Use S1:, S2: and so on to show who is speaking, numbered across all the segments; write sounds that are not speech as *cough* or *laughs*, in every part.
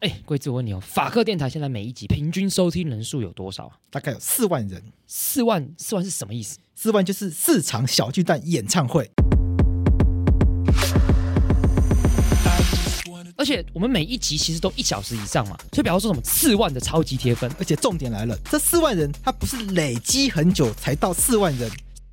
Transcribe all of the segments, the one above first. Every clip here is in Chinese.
S1: 哎，贵子，我问你哦，法克电台现在每一集平均收听人数有多少啊？
S2: 大概有四万人，
S1: 四万，四万是什么意思？
S2: 四万就是四场小巨蛋演唱会。
S1: 而且我们每一集其实都一小时以上嘛，所以比方说什么四万的超级贴分，
S2: 而且重点来了，这四万人他不是累积很久才到四万人，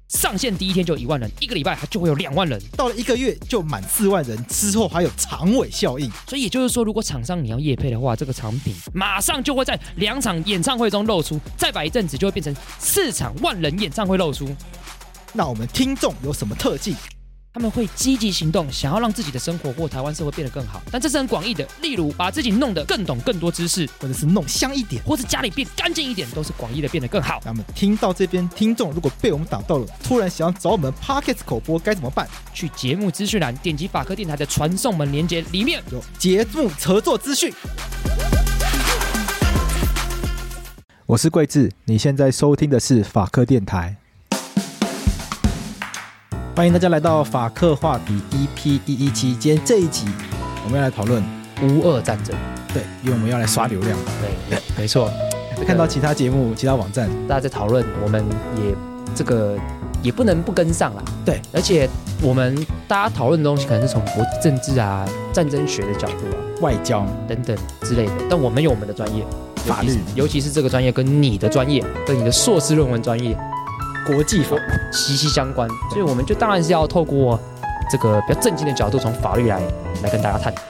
S1: 上线第一天就一万人，一个礼拜它就会有两万人。
S2: 到了一个月就满四万人，之后还有长尾效应。
S1: 所以也就是说，如果厂商你要夜配的话，这个产品马上就会在两场演唱会中露出，再摆一阵子就会变成四场万人演唱会露出。
S2: 那我们听众有什么特技？
S1: 他们会积极行动，想要让自己的生活或台湾社会变得更好。但这是很广义的，例如把自己弄得更懂更多知识，
S2: 或者是弄香一点？
S1: 或是家里变干净一点，都是广义的变得更好。
S2: 那么听到这边，听众如果被我们打到了，突然想要找我们 Pocket 口播该怎么办？
S1: 去节目资讯栏点击法科电台的传送门连接，里面
S2: 有节目合作资讯。我是桂智，你现在收听的是法科电台。欢迎大家来到法克话题 EP 第一期，今天这一集我们要来讨论，
S1: 无二战争。
S2: 对，因为我们要来刷流量。
S1: 对，没错，
S2: 看到其他节目、其他网站，
S1: 大家在讨论，我们也这个也不能不跟上啦。
S2: 对，
S1: 而且我们大家讨论的东西可能是从国际政治啊、战争学的角度啊
S2: 外交、
S1: 等等之类的，但我们有我们的专业，
S2: 法律、
S1: 尤其是这个专业跟你的专业、跟你的硕士论文专业
S2: 国际法，
S1: 息息相关，所以我们就当然是要透过这个比较正经的角度，从法律来来跟大家探讨。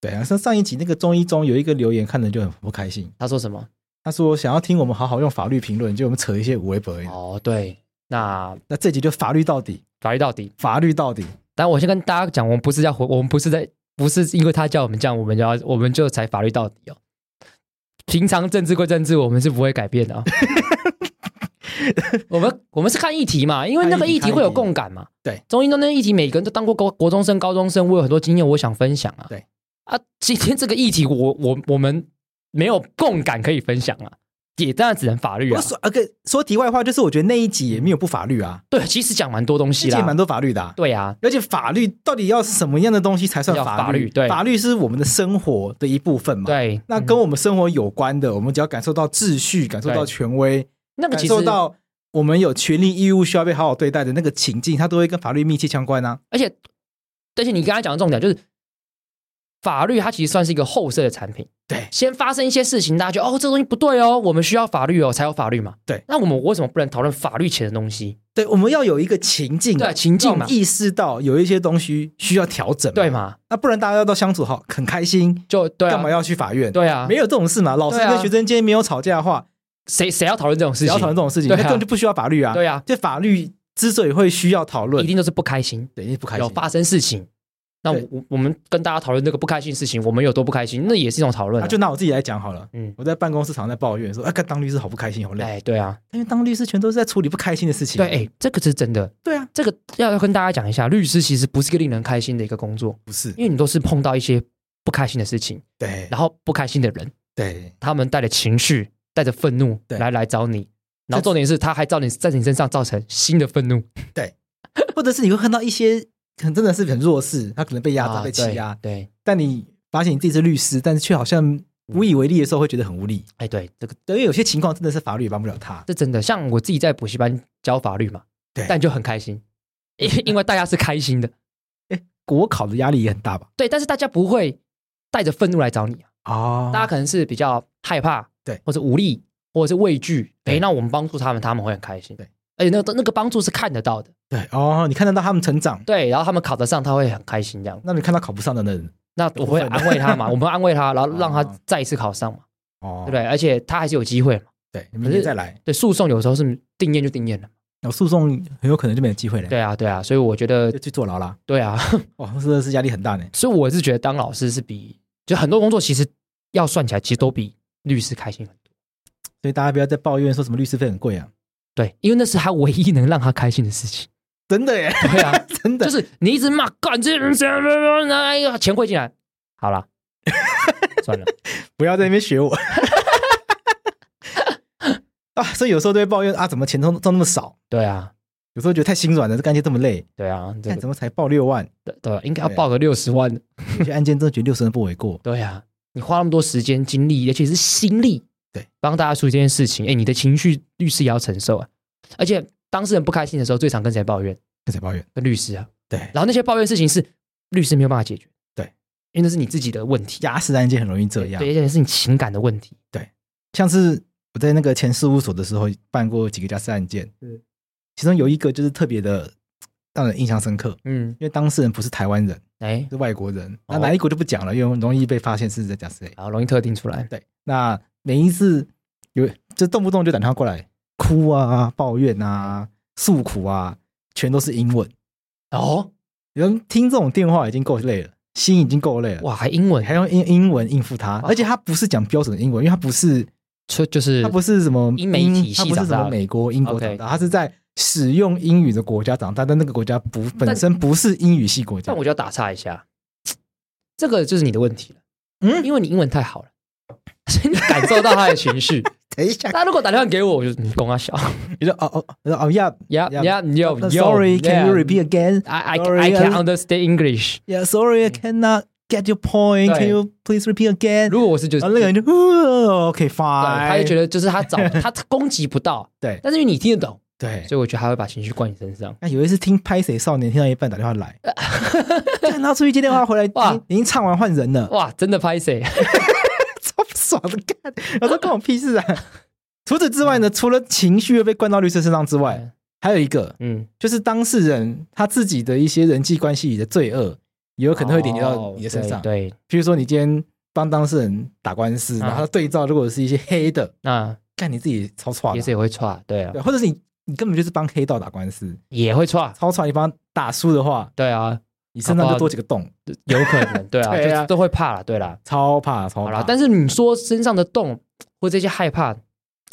S2: 对啊，像上一集那个中医中有一个留言，看着就很不开心。
S1: 他说什么？
S2: 他说想要听我们好好用法律评论，就我们扯一些无为不为。
S1: 哦，对，那
S2: 那这集就法律到底，
S1: 法律到底？
S2: 法律到底。
S1: 但我先跟大家讲，我们不是要回，我们不是在，不是因为他叫我们这样，我们就要，我们就才法律到底哦。平常政治归政治，我们是不会改变
S2: *laughs*
S1: 的、哦。我们我们是看议题嘛，因为那个议题会有共感嘛。
S2: 看议题对，
S1: 中英中那议题，每个人都当过国国中生、高中生，我有很多经验，我想分享啊。
S2: 对
S1: 啊，今天这个议题我，我我们没有共感可以分享啊，也当然只能法律
S2: 我
S1: 啊。
S2: 说，呃，个说题外话，就是我觉得那一集也没有不法律啊，
S1: 对，其实讲蛮多东
S2: 那
S1: 西
S2: 集也
S1: 啦
S2: 蛮。多法律的、啊。
S1: 对啊，
S2: 而且法律到底要什么样的东西才算
S1: 要
S2: 法律？
S1: 法律对
S2: 法律是我们的生活的一部分嘛。，
S1: 对，
S2: 那
S1: 嗯
S2: 跟我们生活有关的，我们只要感受到秩序，感受到
S1: 对
S2: 权威，
S1: 那个
S2: 感
S1: 其
S2: 受
S1: 实
S2: 到我们有权利义务需要被好好对待的那个情境，它都会跟法律密切相关啊。
S1: 而且，而且你刚才讲的重点就是，法律它其实算是一个后设的产品。
S2: 对
S1: 先发生一些事情，大家觉得哦，这东西不对哦，我们需要法律哦，才有法律嘛。
S2: 对，
S1: 那我们为什么不能讨论法律前的东西？
S2: 对，我们要有一个情境，
S1: 对情境
S2: 让我们
S1: 嘛
S2: 意识到有一些东西需要调整。
S1: 对，嘛？
S2: 那不然大家都相处好，很开心，
S1: 就对
S2: 干嘛
S1: 啊，
S2: 要去法院？
S1: 对啊
S2: 没，有这种事嘛。老师
S1: 对啊
S2: 跟学生间没有吵架的话，
S1: 谁谁要讨论这种事
S2: 只
S1: 情？
S2: 要讨论这种事情，
S1: 对
S2: 那
S1: 啊
S2: 根本就不需要法律啊。
S1: 对啊，
S2: 这法律之所以会需要讨论
S1: 一，定都是不开心，
S2: 对，你不开心
S1: 有。发生事情。那
S2: 对
S1: 我我们跟大家讨论这个不开心的事情，我们有多不开心，那也是一种讨论、
S2: 那
S1: 啊。
S2: 就拿我自己来讲好了。
S1: 嗯，
S2: 我在办公室常在抱怨说，哎、干当律师好不开心，好累。
S1: 哎，对啊，
S2: 因为当律师全都是在处理不开心的事情。
S1: 对，哎，这个是真的。
S2: 对啊，
S1: 这个要要跟大家讲一下，律师其实不是一个令人开心的一个工作。
S2: 不是，
S1: 因为你都是碰到一些不开心的事情，
S2: 对
S1: 然后不开心的人，
S2: 对
S1: 他们带着情绪、带着愤怒
S2: 对
S1: 来来找你，然
S2: 这
S1: 后重点是他还照你在你身上造成新的愤怒，
S2: 或者是你会看到一些可能真的是很弱势，他可能被压榨、
S1: 啊
S2: 被欺压，
S1: 对，对
S2: 但你发现你自己是律师，但是却好像无以为力的时候，会觉得很无力。
S1: 哎对，这个
S2: 对，因为有些情况真的是法律也帮不了他。
S1: 这真的像我自己在补习班教法律嘛，
S2: 对
S1: 但就很开心，因因为大家是开心的，
S2: 国考的压力也很大吧？
S1: 对，但是大家不会带着愤怒来找你啊，
S2: 哦
S1: 大家可能是比较害怕，
S2: 对，
S1: 或者无力，或者是畏惧，
S2: 对
S1: 哎，那我们帮助他们，他们会很开心，
S2: 对，
S1: 而且那个那个帮助是看得到的，
S2: 对哦，你看得到他们成长，
S1: 对，然后他们考得上，他会很开心这样。
S2: 那你看到考不上的人，
S1: 那我会安慰
S2: *laughs*
S1: 他嘛，我们安慰他，然后让他
S2: 哦
S1: 再一次考上嘛，
S2: 哦
S1: 对不对？而且他还是有机会嘛。
S2: 对，你明天再来，
S1: 对，诉讼有时候是定验就定验了。
S2: 那诉讼很有可能就没有机会了，
S1: 对啊，对啊，所以我觉得
S2: 就，去坐牢啦。
S1: 对啊， *laughs*
S2: 哇，真的是压力很大呢。
S1: 所以我是觉得当老师是比就很多工作其实要算起来，其实都比律师开心很多。
S2: 所以大家不要再抱怨说什么律师费很贵啊，
S1: 对，因为那是他唯一能让他开心的事情。
S2: 真的耶， *laughs*
S1: 对啊，
S2: 真的
S1: 就。是你一直骂，干这人怎么哎呀，钱汇进来，好
S2: *laughs*
S1: 啦，算了，
S2: 不要在那边学我。 *laughs* 啊，所以有时候都会抱怨啊，怎么钱都都那么少？
S1: 对啊，
S2: 有时候觉得太心软了，这个案件这么累，
S1: 对啊，这
S2: 看
S1: 个
S2: 怎么才报六万？
S1: 对对啊，应该要报个六十万。
S2: 有些案件真的觉得六十人不为过。
S1: 对啊，你花那么多时间、精力，而且是心力，
S2: 对，
S1: 帮大家处理这件事情，哎，你的情绪律师也要承受啊。而且当事人不开心的时候，最常跟谁抱怨？
S2: 跟谁抱怨？
S1: 跟律师啊。 *laughs*
S2: 对，
S1: 然后那些抱怨事情是律师没有办法解决，
S2: 对，
S1: 因为那是你自己的问题，
S2: 压死案件很容易这样
S1: 对，。而且是你情感的问题。
S2: 像是我在那个前事务所的时候办过几个家事案件，
S1: 是
S2: 其中有一个就是特别的让人印象深刻，
S1: 嗯，
S2: 因为当事人不是台湾人，
S1: 哎，
S2: 是外国人，
S1: 哦
S2: 那哪一国就不讲了，因为容易被发现是在讲谁。
S1: 好，容易特定出来，
S2: 对，那每一次有就动不动就打电话过来哭啊、抱怨啊、诉苦啊，全都是英文。
S1: 哦，
S2: 有人听这种电话已经够累了，心已经够累了，
S1: 哇，还英文，
S2: 还用英英文应付他，而且他不是讲标准的英文，因为他不是
S1: 就就是
S2: 他不是什么
S1: 英美体系
S2: 他不是
S1: 长
S2: 什
S1: 大
S2: 么
S1: 的
S2: 美国、英国
S1: OK
S2: 长大，他是在使用英语的国家长大，但那个国家不本身不是英语系国家
S1: 但。我就要打岔一下，这个就是你的问题了，
S2: 嗯
S1: 因为你英文太好了，所以你感受到他的情绪。 *laughs*
S2: 等一下，
S1: 大家如果打电话给我，我就嗯公啊小
S2: 你说哦哦，你说哦呀
S1: ，Yeah Yeah Yo Yo 嗯
S2: ，Sorry，can you
S1: yeah.
S2: repeat again？
S1: I I I
S2: Sorry,
S1: can
S2: I-
S1: understand
S2: *laughs*
S1: English。
S2: Yeah, sorry, I cannot get your point.
S1: 对
S2: Can you please repeat again？
S1: 如果我是就是
S2: 然后那个人就呃，OK
S1: 对
S2: fine，
S1: 他就觉得就是他
S2: *laughs*
S1: 找他攻击不到，
S2: 对
S1: 但是因为你听得懂，
S2: 对。
S1: 所以我觉得他会把情绪灌你身上。
S2: 那有一次听《拍谁少年》，听到一半打电话
S1: *laughs*
S2: 来，然后出去接电话回来，已
S1: 哇
S2: 经已经唱完换人了，
S1: 哇，真的拍谁？
S2: 超不爽的干！我说关我屁事啊！ *laughs* 除此之外呢，除了情绪被灌到律师身上之外
S1: 嗯，
S2: 还有一个
S1: 嗯，
S2: 就是当事人他自己的一些人际关系里的罪恶，也有可能会连接到
S1: 哦
S2: 你的身上。
S1: 对，对
S2: 比如说你今天帮当事人打官司，
S1: 啊
S2: 然后他对照如果是一些黑的，
S1: 那
S2: 干你自己超串
S1: 也是
S2: 的，
S1: 也会错，对啊
S2: 对，，或者是你你根本就是帮黑道打官司，
S1: 也会错，啊
S2: 超串你帮他打输的话，
S1: 对啊，
S2: 你身上就多几个洞，
S1: 有可能，对啊，
S2: *laughs* 对啊
S1: 就都会怕了，对啦。
S2: 超怕超
S1: 好
S2: 怕
S1: 啦，。但是你说身上的洞或这些害怕，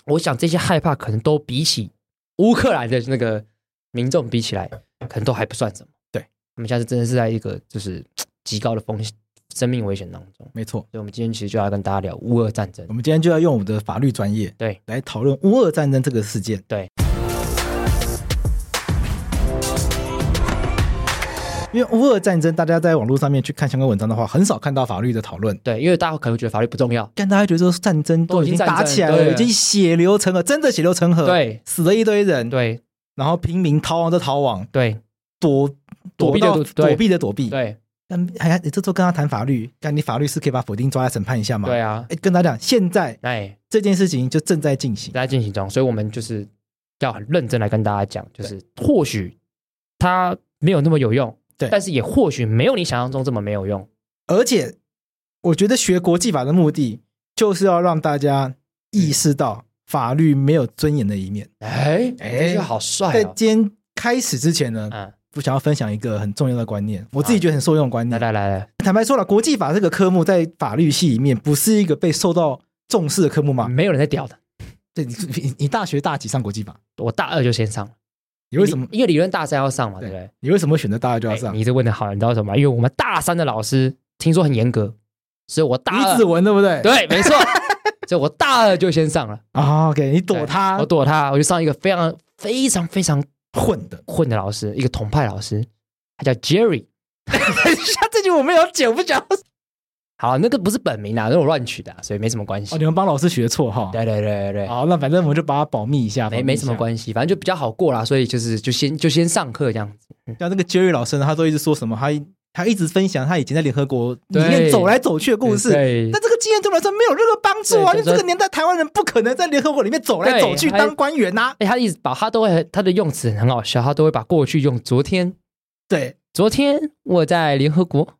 S1: 我想这些害怕可能都比起乌克兰的那个民众比起来，可能都还不算什么。
S2: 对，
S1: 他们现在真的是在一个就是极高的风险、生命危险当中。
S2: 没错，
S1: 所以，我们今天其实就要跟大家聊乌俄战争
S2: 我。们今天就要用我们的法律专业
S1: 对
S2: 来讨论乌俄战争这个事件。
S1: 对，
S2: 因为乌俄战争，大家在网络上面去看相关文章的话，很少看到法律的讨论。
S1: 对，因为大家可能觉得法律不重要，
S2: 但大家觉得说战争都已
S1: 都
S2: 经
S1: 已经战争
S2: 打起来
S1: 对
S2: 了，已经血流成河，真的血流成河，，
S1: 对
S2: 死了一堆人，
S1: 对
S2: 然后平民逃亡的逃亡，
S1: 对
S2: 躲
S1: 躲避的
S2: 到
S1: 躲对
S2: 躲避的躲避。
S1: 对
S2: 但还你这时候跟他谈法律，但你法律是可以把否定抓来审判一下嘛？
S1: 对啊，
S2: 哎，跟他讲，现在
S1: 哎，
S2: 这件事情就正在进行。
S1: 在进行中，所以我们就是要很认真来跟大家讲，就是或许它没有那么有用，
S2: 对
S1: 但是也或许没有你想象中这么没有用。
S2: 而且，我觉得学国际法的目的就是要让大家
S1: 嗯
S2: 意识到法律没有尊严的一面。
S1: 哎
S2: 哎
S1: 这句好帅
S2: 在
S1: 哦！
S2: 今天开始之前呢，
S1: 嗯，
S2: 我想要分享一个很重要的观念，我自己觉得很受用的观
S1: 哎来
S2: 念。
S1: 来来来，
S2: 坦白说了，国际法这个科目在法律系里面不是一个被受到重视的科目嘛？
S1: 没有人在屌的。
S2: *laughs* 对，你你你大学大几上国际法？
S1: 我大二就先上了，
S2: 你为什么
S1: 理？因为理论大三要上嘛，对
S2: 对
S1: 不对？
S2: 你为什么会选择大二就要
S1: 哎
S2: 上？
S1: 你这问的好，你知道为什么吗？因为我们大三的老师听说很严格，所以我大
S2: 李
S1: 二
S2: 子文对不对？
S1: 对，没错，所以我大二就先上了，
S2: 啊，OK，你躲
S1: 对
S2: 他
S1: 我躲他，我就上一个非常非常非常
S2: 混的。
S1: 混的老师，一个统派老师，他叫 Jerry。 *laughs*
S2: 等一下这句我没有剪，我不讲。
S1: 好，那个不是本名啊，那我乱取的啊、所以没什么关系。
S2: 哦，你们帮老师取的绰号。
S1: 对对对对对，
S2: 好，那反正我们就把它保密一下，
S1: 没没什么
S2: 系。
S1: 关系，反正就比较好过啦，所以就是就先就先上课这样子。
S2: 像那个 Jerry 老师呢，他都一直说什么，他一他一直分享他以前在联合国里面
S1: 对
S2: 走来走去的故事。
S1: 对
S2: 那这个经验对我来说没有任何帮助啊！
S1: 对
S2: 因
S1: 就
S2: 为这
S1: 是
S2: 个年代台湾人不可能在联合国里面走来走去
S1: 对还
S2: 当官员啊呐、
S1: 哎、他一直把他都会他的用词很好笑，他都会把过去用昨天，
S2: 对，
S1: 昨天我在联合国，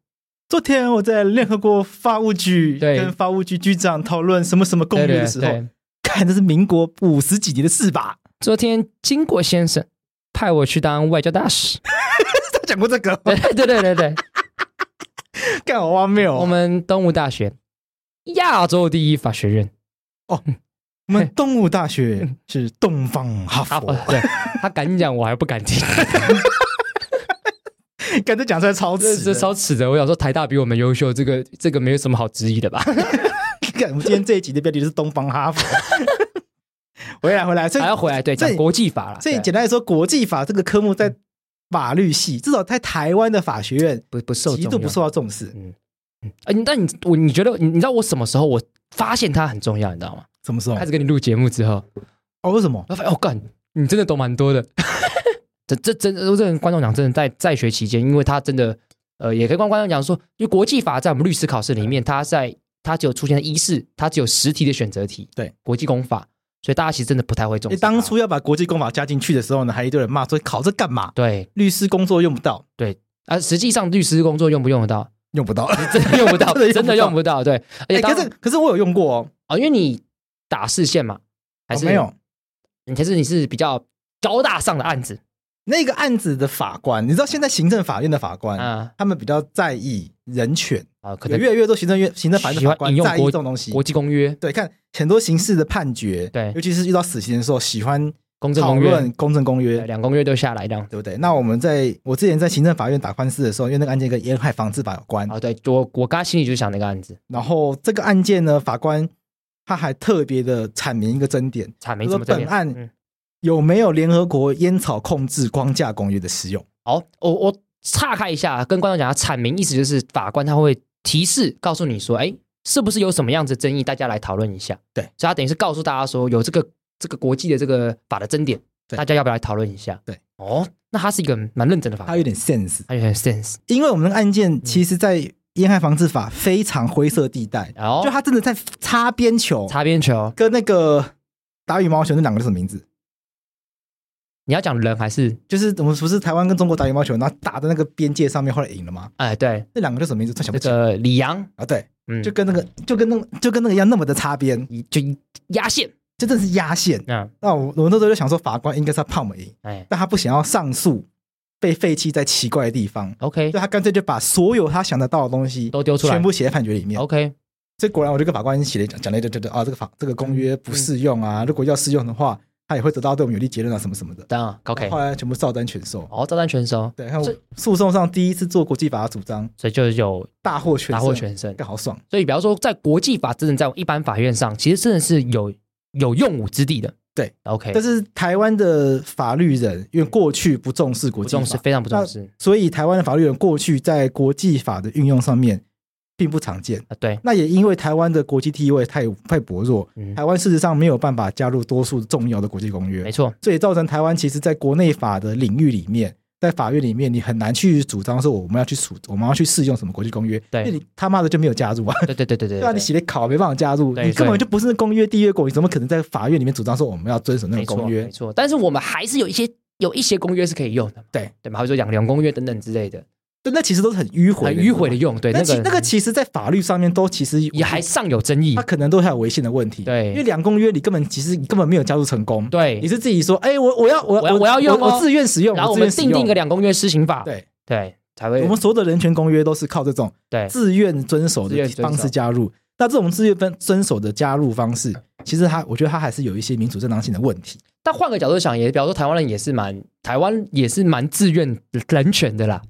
S2: 昨天我在联合国法务局
S1: 对
S2: 跟法务局局长讨论什么什么公
S1: 对
S2: 约
S1: 对
S2: 的时候，
S1: 对，
S2: 看这是民国五十几年的事吧？ *laughs*
S1: 昨天金国先生派我去当外交大使。 *laughs*
S2: 他讲过这个，
S1: 对对对对对，
S2: 干好荒谬哦！
S1: 我们东吴大学亚洲第一法学院，
S2: 我们东吴大
S1: *laughs* 嗯
S2: 学是东方哈
S1: 他
S2: 佛，
S1: 哦对他敢讲，我还不 *laughs* 敢听。
S2: *laughs* 感觉讲出来超
S1: 这
S2: 耻
S1: 这
S2: 的。
S1: 超扯的！我想说，台大比我们优秀，这个这个 *laughs* 没有什么好质疑的吧？
S2: *laughs* 看，我们今天这一集的标题就是东方哈佛。 *laughs* 回来回来，所以
S1: 还要回来对
S2: 所以
S1: 讲国际法了，
S2: 所以
S1: 对嗯
S2: 简单来说，国际法这个科目在法律系，至少在台湾的法学院
S1: 不不受
S2: 极度
S1: 重
S2: 不
S1: 要。
S2: 受到重视。
S1: 哎，你但你我你觉得你你知道我什么时候我发现它很重要，你知道吗？
S2: 什么时候
S1: 开？始跟你录节目之后，
S2: 哦，为什么？
S1: 我发现哦干，你真的懂蛮多的。 *laughs* 这这真我这跟观众讲，真的在在学期间，因为他真的呃，也可以跟观众讲说，因为国际法在我们律师考试里面，它在它只有出现在一试，它只有十题的选择题，
S2: 对
S1: 国际公法，所以大家其实真的不太会重
S2: 因为
S1: 视。
S2: 当初要把国际公法加进去的时候呢，还一堆人骂说考这干嘛？
S1: 对
S2: 律师工作用不到，
S1: 啊，实际上律师工作用不用得
S2: *laughs*
S1: 到？
S2: 用不到。
S1: 真的用不到，
S2: 真的用不到
S1: *laughs* 真的用不到。对，而且
S2: 哎，
S1: 当
S2: 可是可是我有用过哦，
S1: 哦，因为你打视线嘛，还
S2: 哦
S1: 是
S2: 没有？
S1: 你还是你是比较高大上的案子
S2: 那个案子的法官，你知道现在行政法院的法官，
S1: 啊
S2: 他们比较在意人权，
S1: 啊，可
S2: 嗯有
S1: 能
S2: 越来越多行政院行政法院的
S1: 喜欢
S2: 法官
S1: 引用
S2: 在意
S1: 国
S2: 这种东西
S1: 国。际公约、
S2: 对，看很多刑事的判决，
S1: 对
S2: 尤其是遇到死刑的时候，喜欢
S1: 公正
S2: 讨
S1: 公约
S2: 论、公正公约
S1: 对，两公约都下来这样。
S2: 对不对？那我们在我之前在行政法院打官司的时候，因为那个案件跟烟害防治法有关，
S1: 啊，对，我我刚才心里就想那个案子，
S2: 然后这个案件呢，法官他还特别的阐明一个争点：
S1: 惨没怎么
S2: 就是
S1: 这
S2: 本
S1: 边
S2: 案
S1: 嗯
S2: 有没有联合国烟草控制框架公约的适用？
S1: 好，我我岔开一下，跟观众讲一下，阐明意思就是法官他会提示告诉你说，哎，是不是有什么样子的争议，大家来讨论一下。
S2: 对
S1: 所以他等于是告诉大家说，有这个这个国际的这个法的争点，
S2: 对
S1: 大家要不要来讨论一下？
S2: 对，
S1: 哦，那他是一个蛮认真的法
S2: 他
S1: 官，
S2: 有点 sense，
S1: 他有点 sense，
S2: 因为我们那个案件其实，在烟害防治法非常灰色地带，
S1: 然后
S2: 就他真的在擦边球，
S1: 哦擦边球，
S2: 跟那个打羽毛球那两个是什么名字？
S1: 你要讲人还是
S2: 就是我们不是台湾跟中国打羽毛球，然后打的那个边界上面，后来赢了吗？
S1: 哎对
S2: 那两个叫什么名字？突然想不
S1: 那
S2: 起来
S1: 个李阳，
S2: 啊！对，
S1: 嗯，
S2: 就
S1: 就
S2: 跟那个就跟那个就跟那个一样，那么的擦边，
S1: 就压线，
S2: 这真的是压线。
S1: 嗯，
S2: 那我我那时候就想说，法官应该是要判我们赢，
S1: 哎
S2: 但他不想要上诉被废弃在奇怪的地方，
S1: ，OK
S2: 所以他干脆就把所有他想得到的东西
S1: 都丢出来哦
S2: 全部写在判决里面。
S1: OK，
S2: 所以果然我就跟法官写了讲讲了一堆，对对啊，这个法这个公约不适用
S1: 嗯
S2: 啊，如果要适用的话，他也会得到对我们有利结论啊，什么什么的。
S1: 当然 OK，
S2: 后来全部照单全收。
S1: 哦，照单全收，
S2: 对，还有
S1: 这
S2: 诉讼上第一次做国际法的主张，
S1: 所以就有
S2: 大获全
S1: 大获全胜
S2: 胜，。干好爽。
S1: 所以，比方说，在国际法真的在一般法院上，其实真的是有有用武之地的。
S2: 对
S1: ，OK，
S2: 但是台湾的法律人因为过去不重视国
S1: 不
S2: 际
S1: 重视，
S2: 法，
S1: 非常不重视
S2: 所以台湾的法律人过去在国际法的运用上面并不常见。
S1: 啊。对，
S2: 那也因为台湾的国际地位太太薄弱，
S1: 嗯
S2: 台湾事实上没有办法加入多数重要的国际公约
S1: 没，错，
S2: 所以造成台湾其实在国内法的领域里面，在法院里面，你很难去主张说我们要去处我们要去适用什么国际公约，
S1: 对
S2: 因为你他妈的就没有加入啊。
S1: 对对对对对
S2: *laughs* 对啊，你写的考没办法加入，
S1: 对
S2: 你根
S1: 对
S2: 本就不是公约缔约国，你怎么可能在法院里面主张说我们要遵守那
S1: 没
S2: 个
S1: 错
S2: 公约
S1: 没？错。但是我们还是有一些有一些公约是可以用的嘛，
S2: 对
S1: 对嘛，好比说养两公约等等之类的，
S2: 对，那其实都是很迂回
S1: 很
S2: 的
S1: 迂回的。用。对，
S2: 那
S1: 那
S2: 其
S1: 个
S2: 那个其实，在法律上面都其实
S1: 也还尚有争议
S2: 他。可能都还有违宪的问题。
S1: 对
S2: 因为两公约你根本其实你根本没有加入成功。，你
S1: 对，
S2: 是自己说，哎，我我要我
S1: 我要我要用哦
S2: 我自愿使用，
S1: 然后我
S2: 自愿
S1: 们
S2: 使
S1: 定
S2: 用
S1: 定一个两公约施行法，
S2: 对。
S1: 对才会
S2: 我们所有的人权公约都是靠这种
S1: 对
S2: 自愿遵守
S1: 自
S2: 的
S1: 愿遵守
S2: 方式加入。那这种自愿遵遵守的加入方式，其实它，我觉得它还是有一些民主正当性的问题。
S1: 但换个角度想，也比方说台湾人也是蛮台湾也是蛮自愿人权的啦。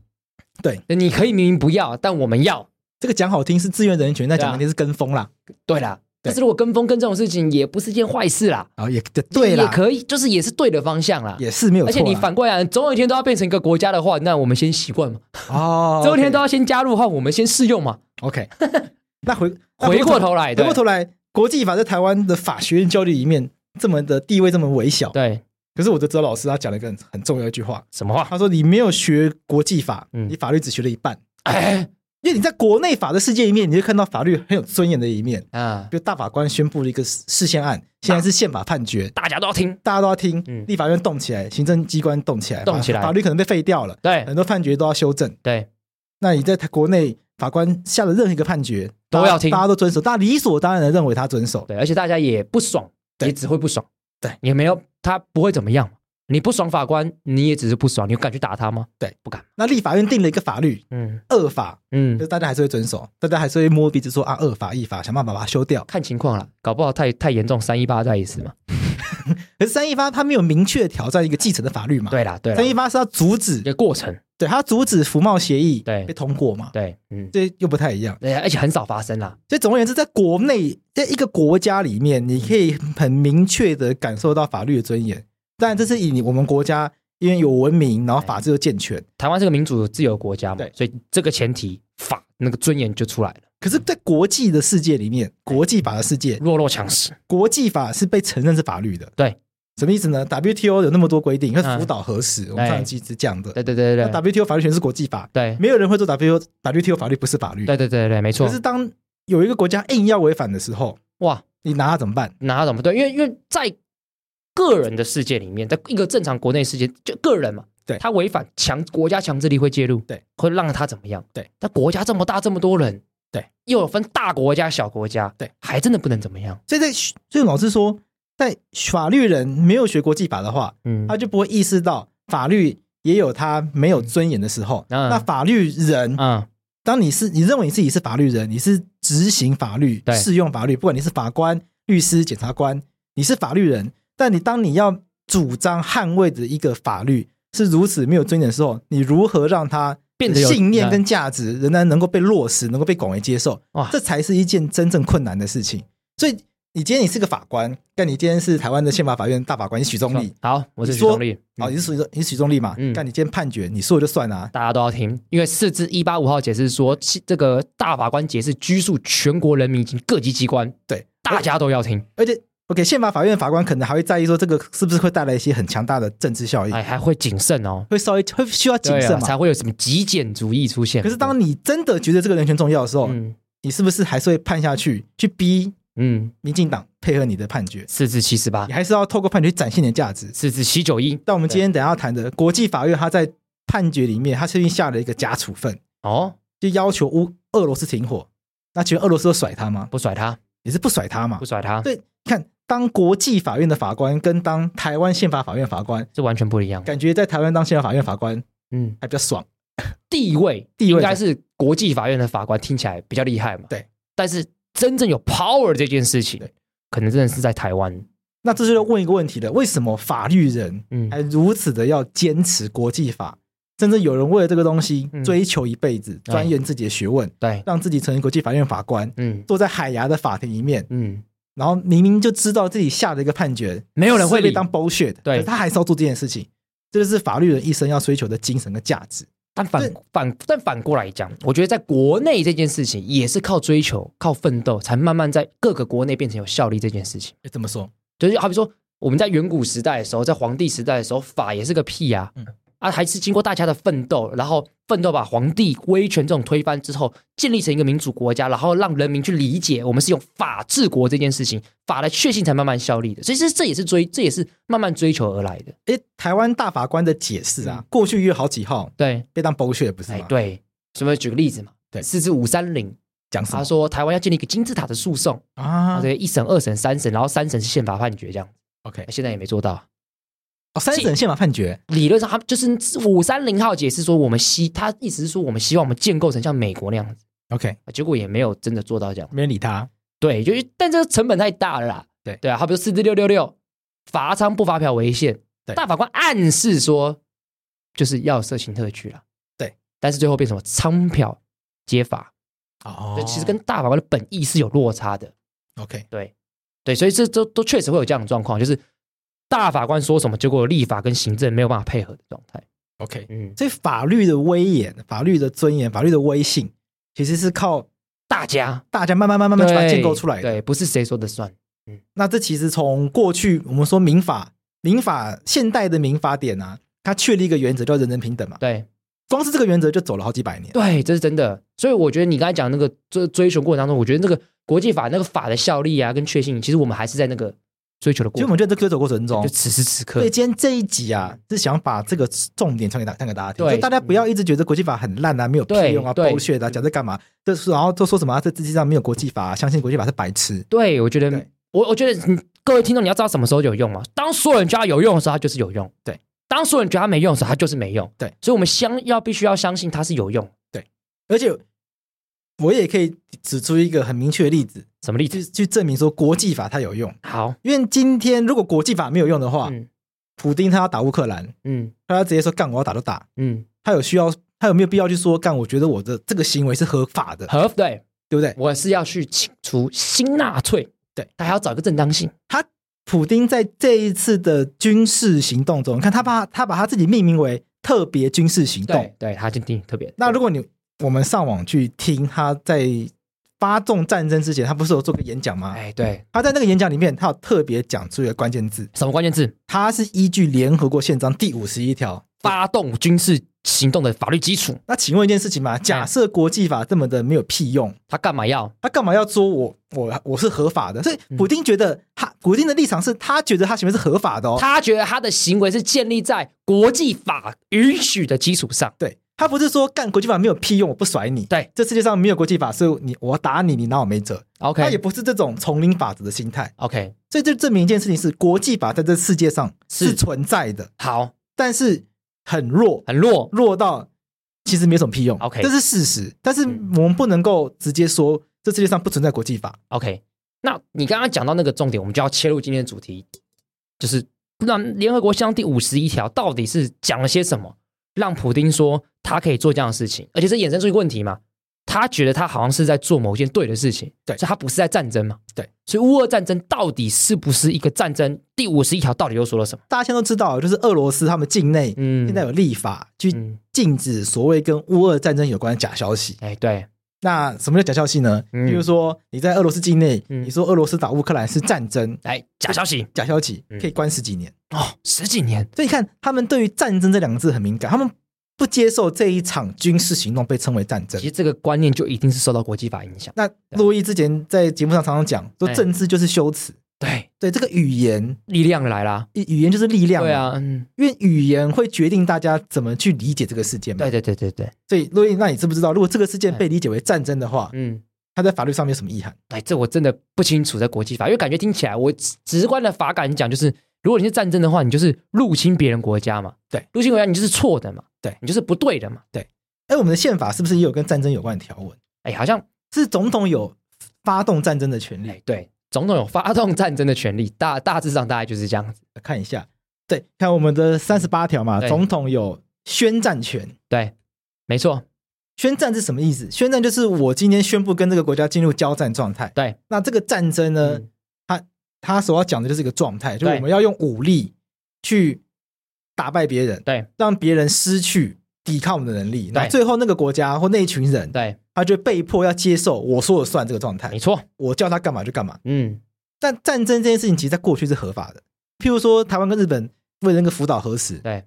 S2: 对，
S1: 你可以明明不要，但我们要。
S2: 这个讲好听是自愿人权，那
S1: 对啊
S2: 讲难听是跟风啦，
S1: 对啦，
S2: 对
S1: 但是如果跟风跟这种事情也不是件坏事啦，
S2: 然后哦也对
S1: 也
S2: 啦，
S1: 可以，就是也是对的方向啦。
S2: 也是没有
S1: 而
S2: 错
S1: 且
S2: 啦。
S1: 你反过来，总有一天都要变成一个国家的话，那我们先习惯嘛，
S2: 哦，
S1: *laughs* 总有一天都要先加入的话，我们先试用嘛。
S2: OK。那 *laughs* 回那
S1: 回过头来，
S2: 回
S1: 对
S2: 过头来，国际法在台湾的法学院教育里面这么的地位这么微小，
S1: 对，
S2: 可是我的指导老师他讲了一个很很重要的一句话，
S1: 什么话？
S2: 他说：“你没有学国际法，
S1: 啊嗯
S2: 你法律只学了一半，
S1: 哎
S2: 因为你在国内法的世界里面，你就看到法律很有尊严的一面。
S1: 啊，
S2: 比如大法官宣布了一个事事宪案，现在是宪法判决，
S1: 大家都要听。
S2: 大家都要听
S1: 嗯，
S2: 立法院动起来，行政机关动起来，
S1: 动起来哎
S2: 法法律可能被废掉了，
S1: 对
S2: 很多判决都要修正。
S1: 对，
S2: 那你在国内法官下的任何一个判决
S1: 都
S2: 大家
S1: 要听
S2: 大家都遵守，大家理所当然的认为他遵守。
S1: 对，而且大家也不爽，
S2: 对
S1: 也只会不爽，
S2: 对，
S1: 也没有他不会怎么样嘛。你不爽法官，你也只是不爽，你敢去打他吗？
S2: 对，
S1: 不敢。
S2: 那立法院定了一个法律，
S1: 嗯
S2: 恶法，
S1: 嗯
S2: 就是，大家还是会遵守，大家还是会摸鼻子说啊，恶法、异法，想办法把它修掉。
S1: 看情况啦，搞不好太太严重，三一八再一次嘛。
S2: 可是三一八他没有明确挑战一个继承的法律嘛？，
S1: 对啦，对啦
S2: 三，一八是要阻止
S1: 一个过程
S2: 对他阻止服贸协议
S1: 对
S2: 被通过嘛，
S1: 对，嗯，
S2: 这又不太一样。
S1: 对，啊而且很少发生啦。
S2: 所以总而言之，在国内，在一个国家里面，你可以很明确的感受到法律的尊严。当然，这是以你我们国家因为有文明，然后法治又健全。
S1: 台湾是个民主自由国家嘛
S2: 对，
S1: 所以这个前提法那个尊严就出来了，
S2: 可是，在国际的世界里面，国际法的世界，
S1: 弱肉强食。
S2: 国际法是被承认是法律的。
S1: 对，
S2: 什么意思呢？WTO 有那么多规定，要
S1: 嗯
S2: 辅导核实，我们上一期是讲的。
S1: 对对对对
S2: 那
S1: 对
S2: WTO 法律权是国际法，
S1: 对
S2: 没有人会做 W WTO 法律不是法律。
S1: 对对对对，没错
S2: 可。是当有一个国家硬要违反的时候，
S1: 哇，
S2: 你拿它怎么办？
S1: 哪怎么对？因为因为在个人的世界里面，在一个正常国内世界，就个人嘛，
S2: 对
S1: 他违反强国家强制力会介入，
S2: 对，
S1: 会让他怎么样？
S2: 对，
S1: 但国家这么大，这么多人，
S2: 对，
S1: 又有分大国家、小国家，
S2: 对，
S1: 还真的不能怎么样。
S2: 所以在所以老师说，在法律人没有学国际法的话，
S1: 嗯
S2: 他就不会意识到法律也有他没有尊严的时候。
S1: 嗯
S2: 那法律人，
S1: 嗯，
S2: 当你是你认为你自己是法律人，你是执行法律
S1: 对、
S2: 适用法律，不管你是法官、律师、检察官，你是法律人。但你当你要主张捍卫的一个法律是如此没有尊严的时候，你如何让它
S1: 变得有
S2: 信念跟价值仍然能够被落实，能够被广为接受？
S1: 哇
S2: 这才是一件真正困难的事情。所以，你今天你是个法官，但你今天是台湾的宪法法院大法官，你许宗力，
S1: 好，我是
S2: 你
S1: 许
S2: 说
S1: 宗力，
S2: 哦，
S1: 嗯
S2: 你是许你是许宗力嘛？
S1: 嗯
S2: 但你今天判决，你说了就算了、啊。
S1: 大家都要听，因为四至一八五号解释说，其这个大法官解释拘束全国人民及各级机关，
S2: 对，
S1: 大家都要听，
S2: 而且，OK，宪法法院的法官可能还会在意说，这个是不是会带来一些很强大的政治效应，
S1: 哎，还会谨慎哦，
S2: 会稍微会需要谨
S1: 对
S2: 慎
S1: 啊，
S2: 嘛？
S1: 才会有什么极简主义出现。
S2: 可是，当你真的觉得这个人权重要的时候，
S1: 嗯
S2: 你是不是还是会判下去，去逼
S1: 嗯，
S2: 民进党配合你的判决？
S1: 四至七十八
S2: 你，还是要透过判决去展现你的价值。
S1: 四至七九一，
S2: 但我们今天等一下要谈的国际法院，它在判决里面，它最近下了一个假处分，
S1: 哦，
S2: 就要求乌俄罗斯停火。那请问俄罗斯有甩他吗？
S1: 不甩他，
S2: 也是不甩他嘛
S1: 不？甩他，
S2: 对，你看当国际法院的法官跟当台湾宪法法院法官，
S1: 这完全不一样。
S2: 感觉在台湾当宪法法院法官
S1: 嗯，
S2: 还比较爽。
S1: 地位
S2: 地位
S1: 应该是国际法院的法官听起来比较厉害嘛，
S2: 对，
S1: 但是真正有 power 这件事情
S2: 对，
S1: 可能真的是在台湾。
S2: 那这就要问一个问题了：为什么法律人
S1: 嗯，
S2: 还如此的要坚持国际法？甚至有人为了这个东西
S1: 嗯哎
S2: 追求一辈子，钻研自己的学问，
S1: 对，
S2: 让自己成为国际法院法官，
S1: 嗯
S2: 坐在海牙的法庭里面，
S1: 嗯，
S2: 然后明明就知道自己下的一个判决，
S1: 没有人会
S2: 是被
S1: 理
S2: 当 bullshit，
S1: 对
S2: 可是他还是要做这件事情，这就是法律人一生要追求的精神跟价值。
S1: 但反
S2: 对
S1: 反但反过来讲，我觉得在国内这件事情也是靠追求、靠奋斗，才慢慢在各个国内变成有效力这件事情。
S2: 诶怎么说？
S1: 就是好比哎说我们在远古时代的时候，在皇帝时代的时候，法也是个屁呀、啊，
S2: 嗯
S1: 还是经过大家的奋斗，然后奋斗把皇帝威权这种推翻之后，建立成一个民主国家，然后让人民去理解我们是用法治国这件事情，法来确信才慢慢效力的。所以这这也是追，这也是慢慢追求而来的。
S2: 哎，台湾大法官的解释啊，过去也有好几号
S1: 对，
S2: 被当 bullshit，不是
S1: 嗯哎
S2: 吗？，
S1: 对，什么举个例子嘛，
S2: 对
S1: 四至五三零，
S2: 讲什
S1: 他
S2: 么
S1: 说台湾要建立一个金字塔的诉讼，
S2: 啊
S1: 啊，对，一审、二审、三审，然后三审是宪法判决这样，
S2: ？OK，
S1: 现在也没做到。
S2: 哦，三审宪法判决
S1: 理论上，他就是五三零号解释说，我们希他意思是说，我们希望我们建构成像美国那样子，
S2: ，OK，
S1: 结果也没有真的做到这样。
S2: 没人理他。
S1: 对，就是但这个成本太大了啦。
S2: 对
S1: 对啊，好比如四至六六六，罚仓不发票为限，
S2: 对
S1: 大法官暗示说就是要色情特区了。
S2: 对，
S1: 但是最后变成什么仓票皆罚，
S2: 哦
S1: 这其实跟大法官的本意是有落差的。
S2: OK
S1: 对对，所以这都都确实会有这样的状况，就是大法官说什么，结果立法跟行政没有办法配合的状态。
S2: OK，
S1: 嗯，
S2: 所以法律的威严、法律的尊严、法律的威信，其实是靠
S1: 大家
S2: 大家慢慢慢慢慢慢把它建构出来的。
S1: 对，不是谁说的算。
S2: 那这其实从过去我们说民法，民法现代的民法典啊，它确立一个原则叫人人平等嘛，
S1: 对
S2: 光是这个原则就走了好几百年。
S1: 对，这是真的。所以我觉得你刚才讲那个追追求过程当中，我觉得那个国际法那个法的效力啊，跟确信，其实我们还是在那个追求的
S2: 所
S1: 过
S2: 以我
S1: 程，
S2: 们就在这个追求过程中
S1: 就，此时此刻
S2: 所以。今天这一集啊，是想把这个重点传给大传给大家听，
S1: 对
S2: 就大家不要一直觉得国际法很烂啊，没有屁
S1: 对
S2: 用啊，
S1: 对
S2: 剥削的啊，讲在干嘛？就是然后就说什么啊这世界上没有国际法啊，相信国际法是白痴。
S1: 对，我觉得
S2: 对
S1: 我我觉得你各位听众，你要知道什么时候有用嘛。当所有人觉得它有用的时候，它就是有用；
S2: 对，
S1: 当所有人觉得它没用的时候，它就是没用。
S2: 对，
S1: 所以我们相要必须要相信它是有用。
S2: 而且我也可以指出一个很明确的例子，
S1: 什么例子？
S2: 去去证明说国际法它有用。
S1: 好，
S2: 因为今天如果国际法没有用的话，
S1: 嗯，
S2: 普丁他要打乌克兰，
S1: 嗯
S2: 他直接说干我要打就打，
S1: 嗯，
S2: 他有需要他有没有必要去说干？我觉得我的这个行为是合法的，
S1: 合对，
S2: 对不对？
S1: 我是要去清除新纳粹，
S2: 对
S1: 他还要找一个正当性，
S2: 普丁在这一次的军事行动中，你看他把他把他自己命名为特别军事行动
S1: 对。对，他就定义特别。
S2: 那如果你我们上网去听他在发动战争之前，他不是有做个演讲吗？
S1: 哎对，
S2: 他在那个演讲里面，他有特别讲出一个关键字，
S1: 什么关键字？
S2: 他是依据联合国宪章第五十一条。
S1: 发动军事行动的法律基础，
S2: 那请问一件事
S1: 哎
S2: 情嘛，假设国际法这么的没有屁用，
S1: 他干嘛要？
S2: 他干嘛要说我我我是合法的？所以
S1: 嗯
S2: 普丁觉得他普丁的立场是他觉得他行为是合法的哦，
S1: 他觉得他的行为是建立在国际法允许的基础上。
S2: 对他不是说干国际法没有屁用，我不甩你。
S1: 对，
S2: 这世界上没有国际法，所以你我打你，你拿我没辙。他也
S1: OK
S2: 不是这种丛林法则的心态，
S1: OK，
S2: 所以就证明一件事情是，国际法在这世界上
S1: 是
S2: 是存在的，
S1: 好，
S2: 但是很弱，
S1: 很弱。
S2: 弱到其实没什么屁用。
S1: OK
S2: 这是事实，但是
S1: 嗯
S2: 我们不能够直接说这世界上不存在国际法。
S1: OK，那你刚刚讲到那个重点，我们就要切入今天的主题，就是那联合国宪章第五十一条到底是讲了些什么，让普丁说他可以做这样的事情，而且这衍生出一个问题嘛？他觉得他好像是在做某件对的事情，
S2: 对
S1: 所以他不是在战争嘛？
S2: 对，
S1: 所以乌俄战争到底是不是一个战争？第五十一条到底又说了什么？
S2: 大家现在都知道，就是俄罗斯他们境内
S1: 嗯，
S2: 现在有立法去
S1: 嗯，
S2: 禁止所谓跟乌俄战争有关的假消息。
S1: 哎，对，
S2: 那什么叫假消息呢？
S1: 嗯
S2: 比如说你在俄罗斯境内，
S1: 嗯
S2: 你说俄罗斯打乌克兰是战争，
S1: 哎，假消息
S2: 假消息
S1: 嗯
S2: 可以关十几年。
S1: 哦，十几年，
S2: 所以你看，他们对于战争这两个字很敏感，他们不接受这一场军事行动被称为战争
S1: 其。实这个观念就一定是受到国际法影响。
S2: 那洛伊之前在节目上常常讲，说
S1: 哎
S2: 政治就是修辞，
S1: 对，
S2: 对这个语言，
S1: 力量来啦，
S2: 语言就是力量。
S1: 对，啊，嗯，
S2: 因为语言会决定大家怎么去理解这个事件嘛。
S1: 对对对对对，
S2: 所以洛伊，那你知不知道，如果这个事件被理解为战争的话，
S1: 嗯。
S2: 它在法律上面有什么意涵？
S1: 哎，这我真的不清楚，在国际法，因为感觉听起来我直直观的法感讲就是，如果你是战争的话，你就是入侵别人国家嘛，
S2: 对，
S1: 入侵国家你就是错的嘛，
S2: 对
S1: 你就是不对的嘛，
S2: 哎，我们的宪法是不是也有跟战争有关的条文？
S1: 哎，好像
S2: 是总统有发动战争的权利
S1: 哎。对，总统有发动战争的权利，大大致上大概就是这样子，
S2: 看一下，对，看我们的三十八条
S1: 嗯
S2: 嘛，
S1: 对
S2: 总统有宣战权。
S1: 对，没错，
S2: 宣战是什么意思？宣战就是我今天宣布跟这个国家进入交战状态。
S1: 对，
S2: 那这个战争呢，
S1: 嗯
S2: 它它所要讲的就是一个状态，就
S1: 对
S2: 是我们要用武力去打败别人，
S1: 对
S2: 让别人失去抵抗我们的能力。那
S1: 对
S2: 最后那个国家或那一群人，
S1: 对，
S2: 他就被迫要接受我说了算这个状态
S1: 没，错，
S2: 我叫他干嘛就干嘛。
S1: 嗯，
S2: 但战争这件事情，其实在过去是合法的。譬如说，台湾跟日本为了那个福岛核实，
S1: 对，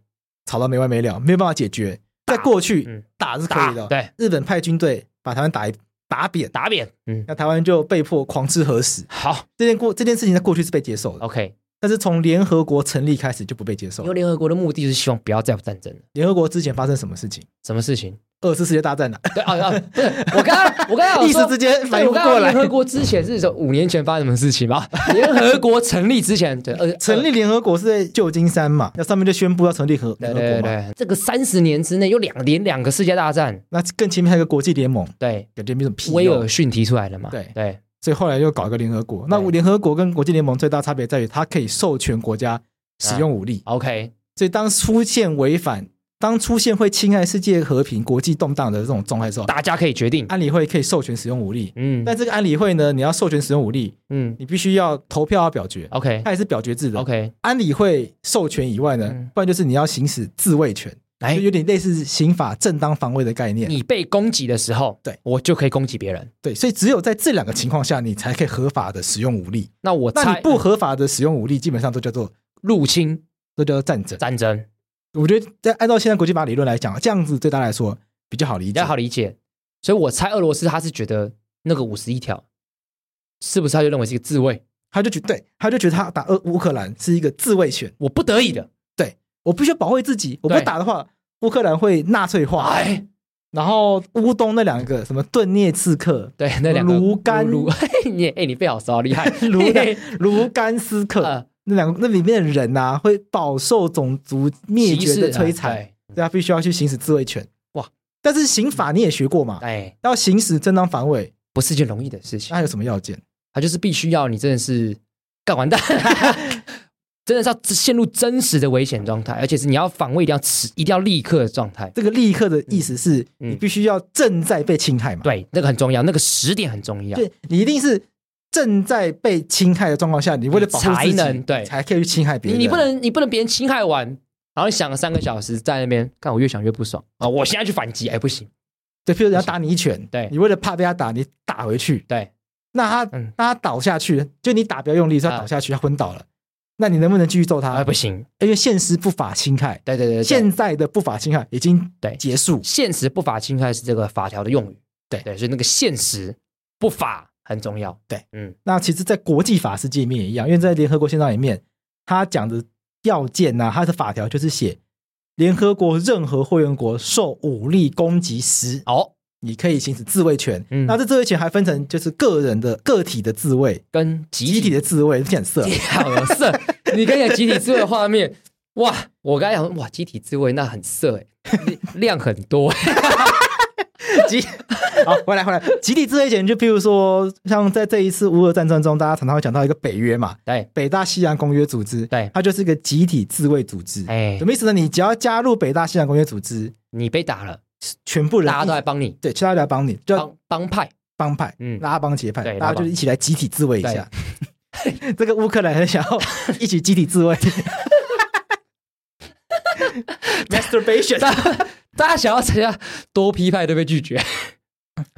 S2: 吵到没完没了，没有办法解决。在过
S1: 嗯
S2: 去打是可
S1: 打
S2: 以的，
S1: 对
S2: 日本派军队把台湾打一打扁，
S1: 打扁，嗯，
S2: 那台湾就被迫狂吃核实。
S1: 好
S2: 这件过这件事情在过去是被接受的， *laughs*
S1: ，OK，
S2: 但是从联合国成立开始就不被接受
S1: 因为。联合国的目的是希望不要再有战争了，
S2: 联合国之前发生什么事情？
S1: 什么事情？
S2: 二次世界大战啊，
S1: 对啊啊，不是，我刚刚我刚刚有
S2: *laughs* 一
S1: 哎说
S2: 时之间反
S1: 对，
S2: 应
S1: 我
S2: 不
S1: 刚刚
S2: 过来
S1: 联。合国之前是说五年前发生什么事情
S2: *laughs*
S1: 吧？联合国成立之前，对，呃，
S2: 成立联合国是在旧金山嘛，那上面就宣布要成立合
S1: 呃，对
S2: 联合
S1: 对对
S2: 国嘛。
S1: 对，这个三十年之内有两连两个世界大战，
S2: 那更前面还有一个国际联盟，
S1: 对，
S2: 感觉没什么屁用。
S1: 威尔逊提出来的嘛，
S2: 对
S1: 对，
S2: 所以后来又搞一个联合国。那
S1: 对
S2: 联合国跟国际联盟最大差别在于，它可以授权国家使用武力。
S1: ，OK，
S2: 所以当出现违反、当出现会侵害世界和平、国际动荡的这种状态之后，
S1: 大家可以决定，
S2: 安理会可以授权使用武力。
S1: 嗯
S2: 啊但这个安理会呢，你要授权使用武力，
S1: 嗯
S2: 你必须要投票要表决，
S1: ，OK
S2: 它也是表决制的。
S1: 哦 OK，
S2: 安理会授权以外
S1: 嗯
S2: 呢，不然就是你要行使自卫权，
S1: 哎嗯
S2: 就，有点类似刑法正当防卫的概念。
S1: 你被攻击的时候，
S2: 对
S1: 我就可以攻击别人，
S2: 对，所以只有在这两个情况下，你才可以合法的使用武力。
S1: 那我
S2: 那
S1: 猜
S2: 你不合法的使用武力，基本上都叫做
S1: 入侵
S2: 都叫做战争。
S1: 战争
S2: 我觉得在按照现在国际法理论来讲，这样子对大家来说比较好理
S1: 比
S2: 解。
S1: 较好理解，所以我猜俄罗斯他是觉得那个五十一条是不是他就认为是一个自卫，
S2: 他就觉对，他就觉得他打俄乌克兰是一个自卫权，
S1: 我不得已的，
S2: 我必须要保卫自己，我不
S1: 对
S2: 打的话，乌克兰会纳粹化。
S1: 哎。
S2: 然后乌东那两个什么顿涅茨
S1: *laughs*
S2: 克、
S1: 对，那两个
S2: 卢甘。
S1: 卢，嘿 *laughs* 你哎，你背好熟，厉害
S2: *laughs* 卢甘卢甘斯克、
S1: 呃
S2: 那两个那里面的人呐、会饱受种族 *laughs* 灭
S1: 歧
S2: 绝
S1: 视
S2: 的
S1: 啊
S2: 摧残，，所以他必须要去行使自卫权。
S1: 哇！
S2: 但是刑法你也学过嘛
S1: 对，哎，
S2: 要行使正当防卫，
S1: 不是一件容易的事情
S2: 那，还有什么要件？
S1: 他就是必须要你真的是干完蛋， *laughs* 真的是要陷入真实的危险状态，而且是你要防卫一定要持，一定要立刻的状态。
S2: 这个立刻的意思是
S1: 嗯
S2: 你必须要正在被侵害嘛？
S1: 对，啊那个很重要，那个时点很重要。
S2: 对你一定是正在被侵害的状况下，你为了保护自
S1: 才
S2: 己，
S1: 能对
S2: 才可以去侵害别
S1: 你
S2: 人。
S1: 你不能你不能别人侵害完，然后你想了三个小时在那边，看我越想越不爽啊！我现在去反击，哎，不行，
S2: 对，譬如人家打你一拳，
S1: 对
S2: 你为了怕被他打，你打回去，
S1: 对，
S2: 那他、
S1: 嗯
S2: 那他倒下去，就你打比较用力，所以他
S1: 啊
S2: 倒下去，他昏倒了。那你能不能继续揍他
S1: 啊，？不行，
S2: 因为现实不法侵害，
S1: 对对对对，
S2: 现在的不法侵害已经
S1: 对
S2: 结束。
S1: 现实不法侵害是这个法条的用语，
S2: 对
S1: 对，所以那个现实不法很重要，
S2: 对，
S1: 嗯，
S2: 那其实，在国际法世界里面也一样，因为在联合国宪章里面，他讲的要件呐、他的法条就是写，联合国任何会员国受武力攻击时，
S1: 哦，
S2: 你可以行使自卫权。
S1: 嗯
S2: 那这自卫权还分成就是个人的个体的自卫、
S1: 跟
S2: 集
S1: 集
S2: 体
S1: 体
S2: 的自卫，这很色。
S1: 好有
S2: *laughs*
S1: 色，你跟你的集体自卫的画面，哇，我刚才想说哇，集体自卫那很色
S2: *laughs*
S1: 哎，量很多，欸
S2: 集 *laughs* 好，回来回来，集体自卫权就譬如说，像在这一次乌俄战争中，大家常常会讲到一个北约嘛，
S1: 对
S2: 北大西洋公约组织，
S1: 对
S2: 它就是一个集体自卫组织。
S1: 哎
S2: 什，么意思呢？你只要加入北大西洋公约组织，
S1: 你被打了，
S2: 全部人
S1: 大家都来帮你，
S2: 对，其他人来帮你，就
S1: 帮帮派，
S2: 帮派，
S1: 嗯
S2: 拉帮结派，
S1: 对拉
S2: 大家就
S1: 帮
S2: 一起来集体自卫一下。 *laughs* 这个乌克兰很想要一起集体自卫，masturbation，
S1: 大 *laughs* 家大家想要参加多批派都被拒绝，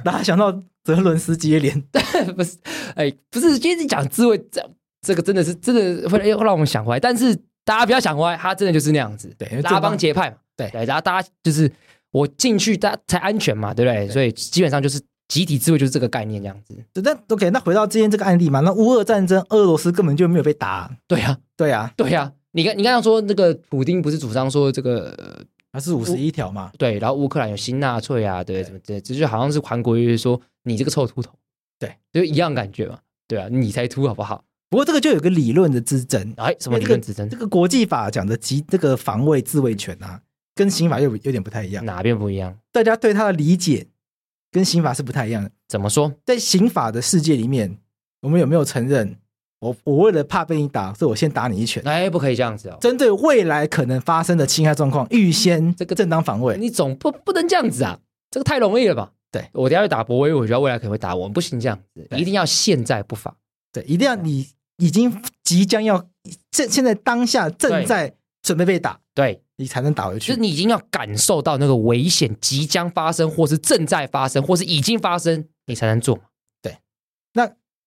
S2: 大家想到泽伦斯基的脸，
S1: *laughs* 不是，哎，不是，今天你讲自卫，这这个真的是真的会会让我们想歪，但是大家不要想歪，他真的就是那样子，
S2: 对因为
S1: 拉
S2: 正
S1: 帮
S2: 方
S1: 结派嘛，
S2: 对
S1: 对，然后大家就是我进去，大家才安全嘛，对不对？所以基本上就是集体自卫就是这个概念这样子，
S2: 对但 OK，那回到之前这个案例嘛，那乌俄战争，俄罗斯根本就没有被打，
S1: 对啊，
S2: 对啊，
S1: 对啊。你刚你刚刚说那个普丁不是主张说这个呃
S2: 它是五十一条嘛，
S1: 对，然后乌克兰有新纳粹啊，对，怎么这这就好像是韩国瑜说你这个臭秃头，
S2: 对，
S1: 就一样感觉嘛，对啊，你才秃好不好？
S2: 不过这个就有个理论的之争，
S1: 哎，什
S2: 因
S1: 么
S2: 为
S1: 理
S2: 这个
S1: 论指针
S2: 这？个国际法讲的集这个防卫自卫权啊，跟刑法又有点不太一样，
S1: 哪边不一样？
S2: 大家对它的理解跟刑法是不太一样的。
S1: 怎么说？
S2: 在刑法的世界里面，我们有没有承认我我为了怕被你打，所以我先打你一拳？
S1: 哎，不可以这样子哦，
S2: 针对未来可能发生的侵害状况，预先
S1: 这
S2: 这
S1: 个
S2: 个正当防卫，
S1: 你总不不能这样子啊，这个太容易了吧？
S2: 对
S1: 我等一下去打博威，我觉得未来可能会打我们，不行这样子，
S2: 对
S1: 一定要现在不法。
S2: 对，一定要你已经即将要现现在当下正在准备被打，
S1: 对，
S2: 你才能打回
S1: 就是
S2: 去。
S1: 你已经要感受到那个危险即将发生，或是正在发生，或是已经发生，你才能做嘛。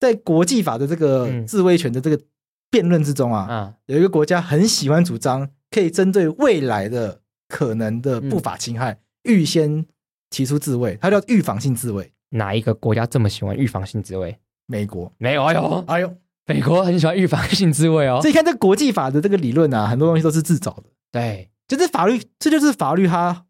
S2: 在国际法的这个
S1: 嗯
S2: 自卫权的这个辩论之中啊，
S1: 啊，
S2: 有一个国家很喜欢主张可以针对未来的可能的不法侵害，预先提出自卫，它叫预防性自卫。
S1: 哪一个国家这么喜欢预防性自卫？
S2: 美国，
S1: 没有，哎呦，
S2: 哎呦，
S1: 美国很喜欢预防性自卫哦
S2: 所。以看这国际法的这个理论啊，很多东西都是自找的，
S1: 对，
S2: 就是法律，这就是法律它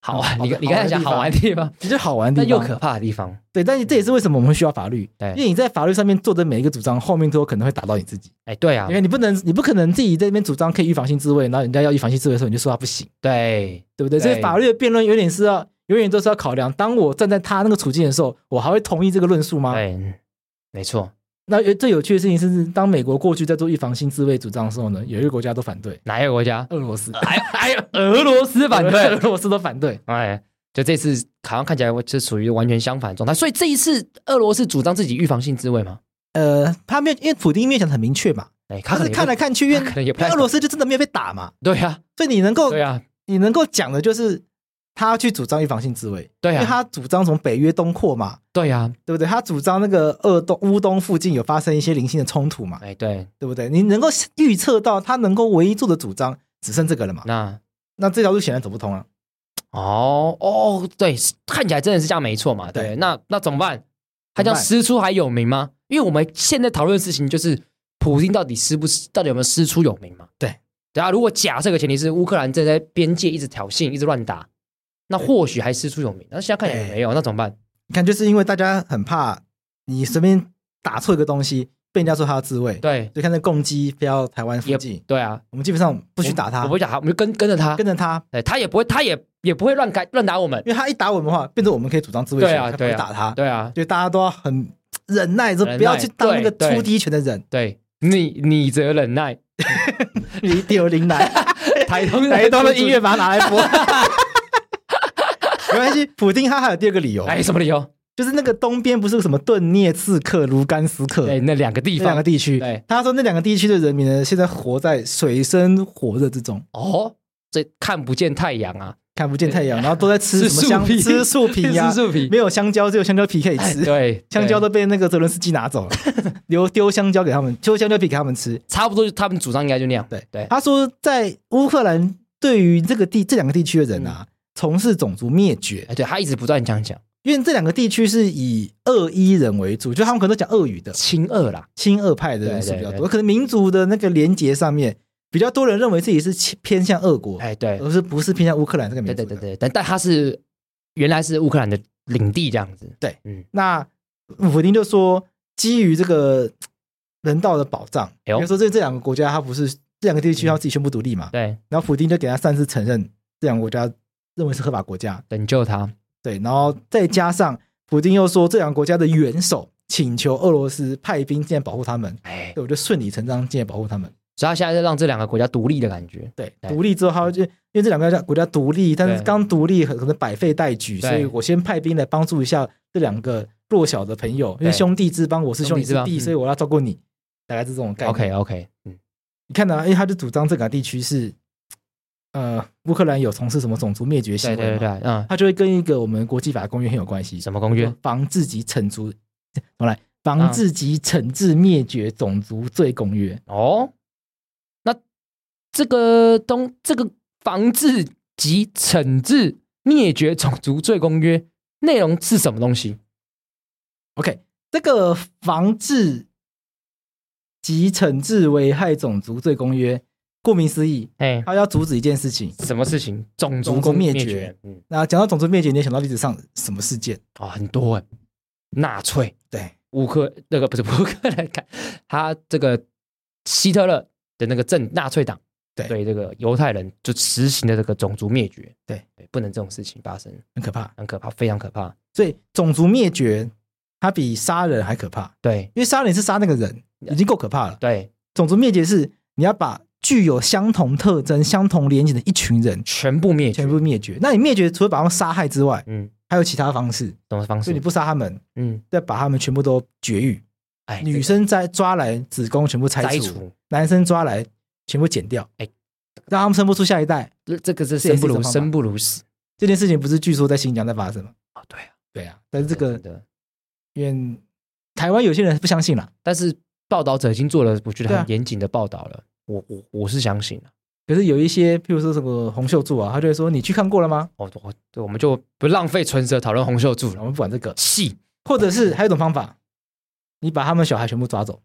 S1: 好
S2: 好
S1: 玩，
S2: 的
S1: 你你刚才讲好
S2: 好
S1: 玩
S2: 玩
S1: 的地方，
S2: 其实好玩的
S1: 但
S2: 地
S1: 又
S2: 方。
S1: 可怕的哎地方。
S2: 对，但这也是为什么我们需要法律，因
S1: 对，
S2: 为你在法律上面做的每一个主张，后面都有可能会打到你自己，
S1: 哎，对啊
S2: 因，为你不能，你不可能自己在那边主张可以预防性自卫，然后人家要预防性自卫的时候，你就说他不行，
S1: 对，
S2: 对不对？
S1: 对
S2: 所以法律的辩论有点是要，永远都是要考量，当我站在他那个处境的时候，我还会同意这个论述吗？
S1: 对，没错，
S2: 那有最有趣的事情是，当美国过去在做预防性自卫主张的时候呢，有一个国家都反对，
S1: 哪一个国家？
S2: 俄罗斯，
S1: 还还有俄罗斯反
S2: 呃 *laughs* 俄
S1: 对，
S2: 罗斯都反对。
S1: 哎，就这次好像看起来是属于完全相反的状态，所以这一次俄罗斯主张自己预防性自卫嘛，
S2: 呃，他没有，因为普丁没有讲得很明确嘛，
S1: 哎，他可
S2: 他是
S1: 能
S2: 看来看去，因
S1: 他可能也
S2: 为
S1: 不太
S2: 俄罗斯就哦真的没有被打嘛，
S1: 对呀，
S2: 所以你能够
S1: 对啊呀，
S2: 你能够讲的就是他去主张预防性自卫，
S1: 对
S2: 因为
S1: 呀，
S2: 他主张从北约东扩嘛，
S1: 对啊呀，
S2: 对不对？他主张那个鄂东乌东附近有发生一些零星的冲突嘛，
S1: 哎，对，
S2: 对不对？你能够预测到他能够唯一做的主张只剩这个了嘛？
S1: 那
S2: 那这条路显然走不通啊。
S1: 哦哦，对，是看起来真的是这样没错嘛，对，
S2: 对
S1: 那那怎么办？他这样
S2: 怎么办
S1: 师出还有名吗？因为我们现在讨论的事情就是普京到底师不师，到底有没有师出有名嘛？
S2: 对，
S1: 对啊，如果假设个前提是乌克兰正在边界一直挑衅，一直乱打，那或许还师出有名，那现在看起来也没有，那怎么办？
S2: 你看，就是因为大家很怕你随便打错一个东西，被人家说他要自卫，
S1: 对，
S2: 就看那攻击飞到台湾附
S1: 也
S2: 近，
S1: 对啊，
S2: 我们基本上不
S1: 不
S2: 许打他，
S1: 我不会打他，我们就跟跟着他，
S2: 跟着他，
S1: 对，他也不会，他也也不会乱改乱打我们，
S2: 因为他一打我们的话，变成我们可以主张自卫
S1: 对
S2: 权，
S1: 啊，
S2: 他不
S1: 对
S2: 会
S1: 啊，
S2: 打他，
S1: 对啊，
S2: 对，大家都要很忍耐，说
S1: 忍耐
S2: 不要去当那个
S1: 对对 *laughs*
S2: 出第一拳的人。 *laughs*
S1: 对你你则忍耐，
S2: 你丢林 *laughs* 来，
S1: 台东
S2: 来一段的音乐，把它拿来播。 *laughs* 没关系，普丁他还有第二个理由，
S1: 哎，什么理由？
S2: 就是那个东边不是什么顿涅茨克、卢甘斯克
S1: 对，哎那两个地
S2: 这嗯两
S1: 方
S2: 个，地区
S1: 对，
S2: 他说那两个地区的人民呢，现在活在水深火热之中，
S1: 哦，这看不见太阳啊，
S2: 看不见太阳，然后都在吃
S1: 吃
S2: 什么
S1: 树
S2: 香
S1: 皮
S2: 吃树皮呀
S1: *laughs* 吃，树皮
S2: 没，有香蕉，只有香蕉皮可以
S1: 哎
S2: 吃。
S1: 对，
S2: 香蕉
S1: 对
S2: 都被那个泽伦斯基拿走了，留丢 *laughs* 香蕉给他们，丢香蕉皮给他们吃。
S1: 差不多，就他们主张应该就那样。
S2: 对
S1: 对，
S2: 他说，在乌克兰对于这个地这两个地区的人
S1: 嗯
S2: 啊，从事种族灭绝，
S1: 哎，对他一直不断讲讲
S2: 因为这两个地区是以鄂伊人为主，就他们可能都讲俄语的，
S1: 亲俄啦，
S2: 亲俄派的人数
S1: 对对
S2: 比较多，
S1: 对
S2: 可能民族的那个连结上面，比较多人认为自己是亲偏向俄国，
S1: 哎，对，
S2: 而是不是偏向乌克兰这个民
S1: 对
S2: 族
S1: 对
S2: 的。
S1: 对对，但但他是原来是乌克兰的领地这样子。
S2: 对，
S1: 嗯，
S2: 那普丁就说，基于这个人道的保障，
S1: 哎
S2: 比
S1: 呦嗯
S2: 如说这这两个国家，它不是这两个地区要自己宣布独立嘛，
S1: 对，
S2: 然后普丁就给他擅自承认这两个国家认为是合法国家，
S1: 拯救他，
S2: 对，然后再加上普丁又说这两个国家的元首请求俄罗斯派兵进来保护他们，
S1: 哎，
S2: 对，我就顺理成章进来保护他们。
S1: 所以他现在是让这两个国家独立的感觉。
S2: 对，
S1: 对嗯
S2: 独立之后，他就因为这两个国家国家独立，但是
S1: 对
S2: 刚独立很可能百废待举，
S1: 对
S2: 所以我先派兵来帮助一下这两个弱小的朋友，因为
S1: 对
S2: 兄弟之邦，我是兄
S1: 兄
S2: 弟
S1: 弟
S2: 之
S1: 之邦
S2: 弟，
S1: 嗯
S2: 所以我要照顾你，大概是这种概念。
S1: OK OK，嗯，
S2: 你看呢、啊因为他就主张这个地区是，呃，乌克兰有从事什么种族灭绝行
S1: 对
S2: 为嘛，
S1: 对对对，嗯，
S2: 他就会跟一个我们国际法公约很有关系，
S1: 什么公约？
S2: 防自己惩足，我来
S1: 啊
S2: 防自己惩治灭绝种族罪公约。
S1: 哦，那这个东这个防治及惩治灭绝种族罪公约内容是什么东西？
S2: OK，这个防治及惩治危害种族罪公约，顾名思义，
S1: 哎，
S2: 它要阻止一件事情。
S1: 什么事情？种
S2: 种
S1: 族
S2: 族
S1: 灭
S2: 灭
S1: 绝
S2: 绝？
S1: 嗯，
S2: 那讲到种族灭绝，你也想到历史上什么事件？
S1: 哦，很多哎，纳粹。
S2: 对，
S1: 乌克那个不是乌克兰，看他这个希特勒的那个政纳粹党
S2: 对
S1: 对这个犹太人就实行的这个种族灭绝，
S2: 对
S1: 对，不能这种事情发生，
S2: 很可怕。
S1: 很可怕，非常可怕。
S2: 所以种族灭绝，它比杀人还可怕，
S1: 对
S2: 因为杀人是杀那个人，已经够可怕了。
S1: 对，
S2: 种族灭绝是你要把具有相同特征、相同连结的一群人
S1: 全部灭绝，
S2: 全部灭绝。那你灭绝除了把他们杀害之外，
S1: 嗯，
S2: 还有其他方式，
S1: 什么方
S2: 所以你
S1: 式？
S2: 不杀他们，
S1: 嗯，
S2: 再把他们全部都绝育。
S1: 哎，
S2: 嗯女生在抓来子宫全部
S1: 这
S2: 拆
S1: 个摘
S2: 除，
S1: 除，
S2: 男生抓来全部剪掉，
S1: 哎
S2: 让他们生不出下一代。
S1: 这这个是
S2: 这
S1: 生
S2: 也是
S1: 不
S2: 一种
S1: 如
S2: 方法
S1: 生不如死
S2: 这件事情不是据说在新疆在发生吗？
S1: 啊，对啊，
S2: 对啊，但是这
S1: 真
S2: 个
S1: 的，
S2: 因为台湾有些人不相信啦，
S1: 但是报道者已经做了我觉
S2: 对
S1: 得
S2: 啊
S1: 很严谨的报道了，我我我是相信的，啊
S2: 可是有一些，譬如说什么红袖柱啊，他就会说你去看过了吗？
S1: 我哦我对我们就不浪费唇舌讨论洪秀柱
S2: 我
S1: 了，
S2: 们不管这个，
S1: 戏
S2: 或者是还有一种方法，你把他们小孩全部抓走，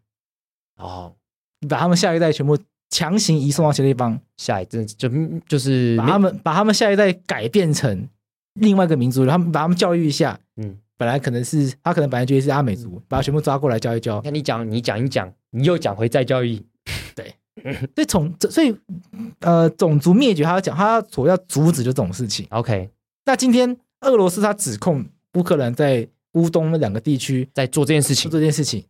S1: 哦。
S2: 你把他们下一代全部强行移送到协力帮，
S1: 下一阵就嗯就是
S2: 把他们把他们下一代改变成另外一个民族，然后他们把他们教育一下，
S1: 嗯，
S2: 本来可能是他可能本来觉得是阿美族，把他全部抓过来教一教
S1: 你。看你讲你讲一讲，你又讲回再教育，
S2: 所以从这所以呃种族灭绝，他要讲他所要阻止就这种事情。
S1: OK，
S2: 那今天俄罗斯他指控乌克兰在乌东那两个地区
S1: 在做这件事
S2: 做
S1: 情，
S2: 这件事情，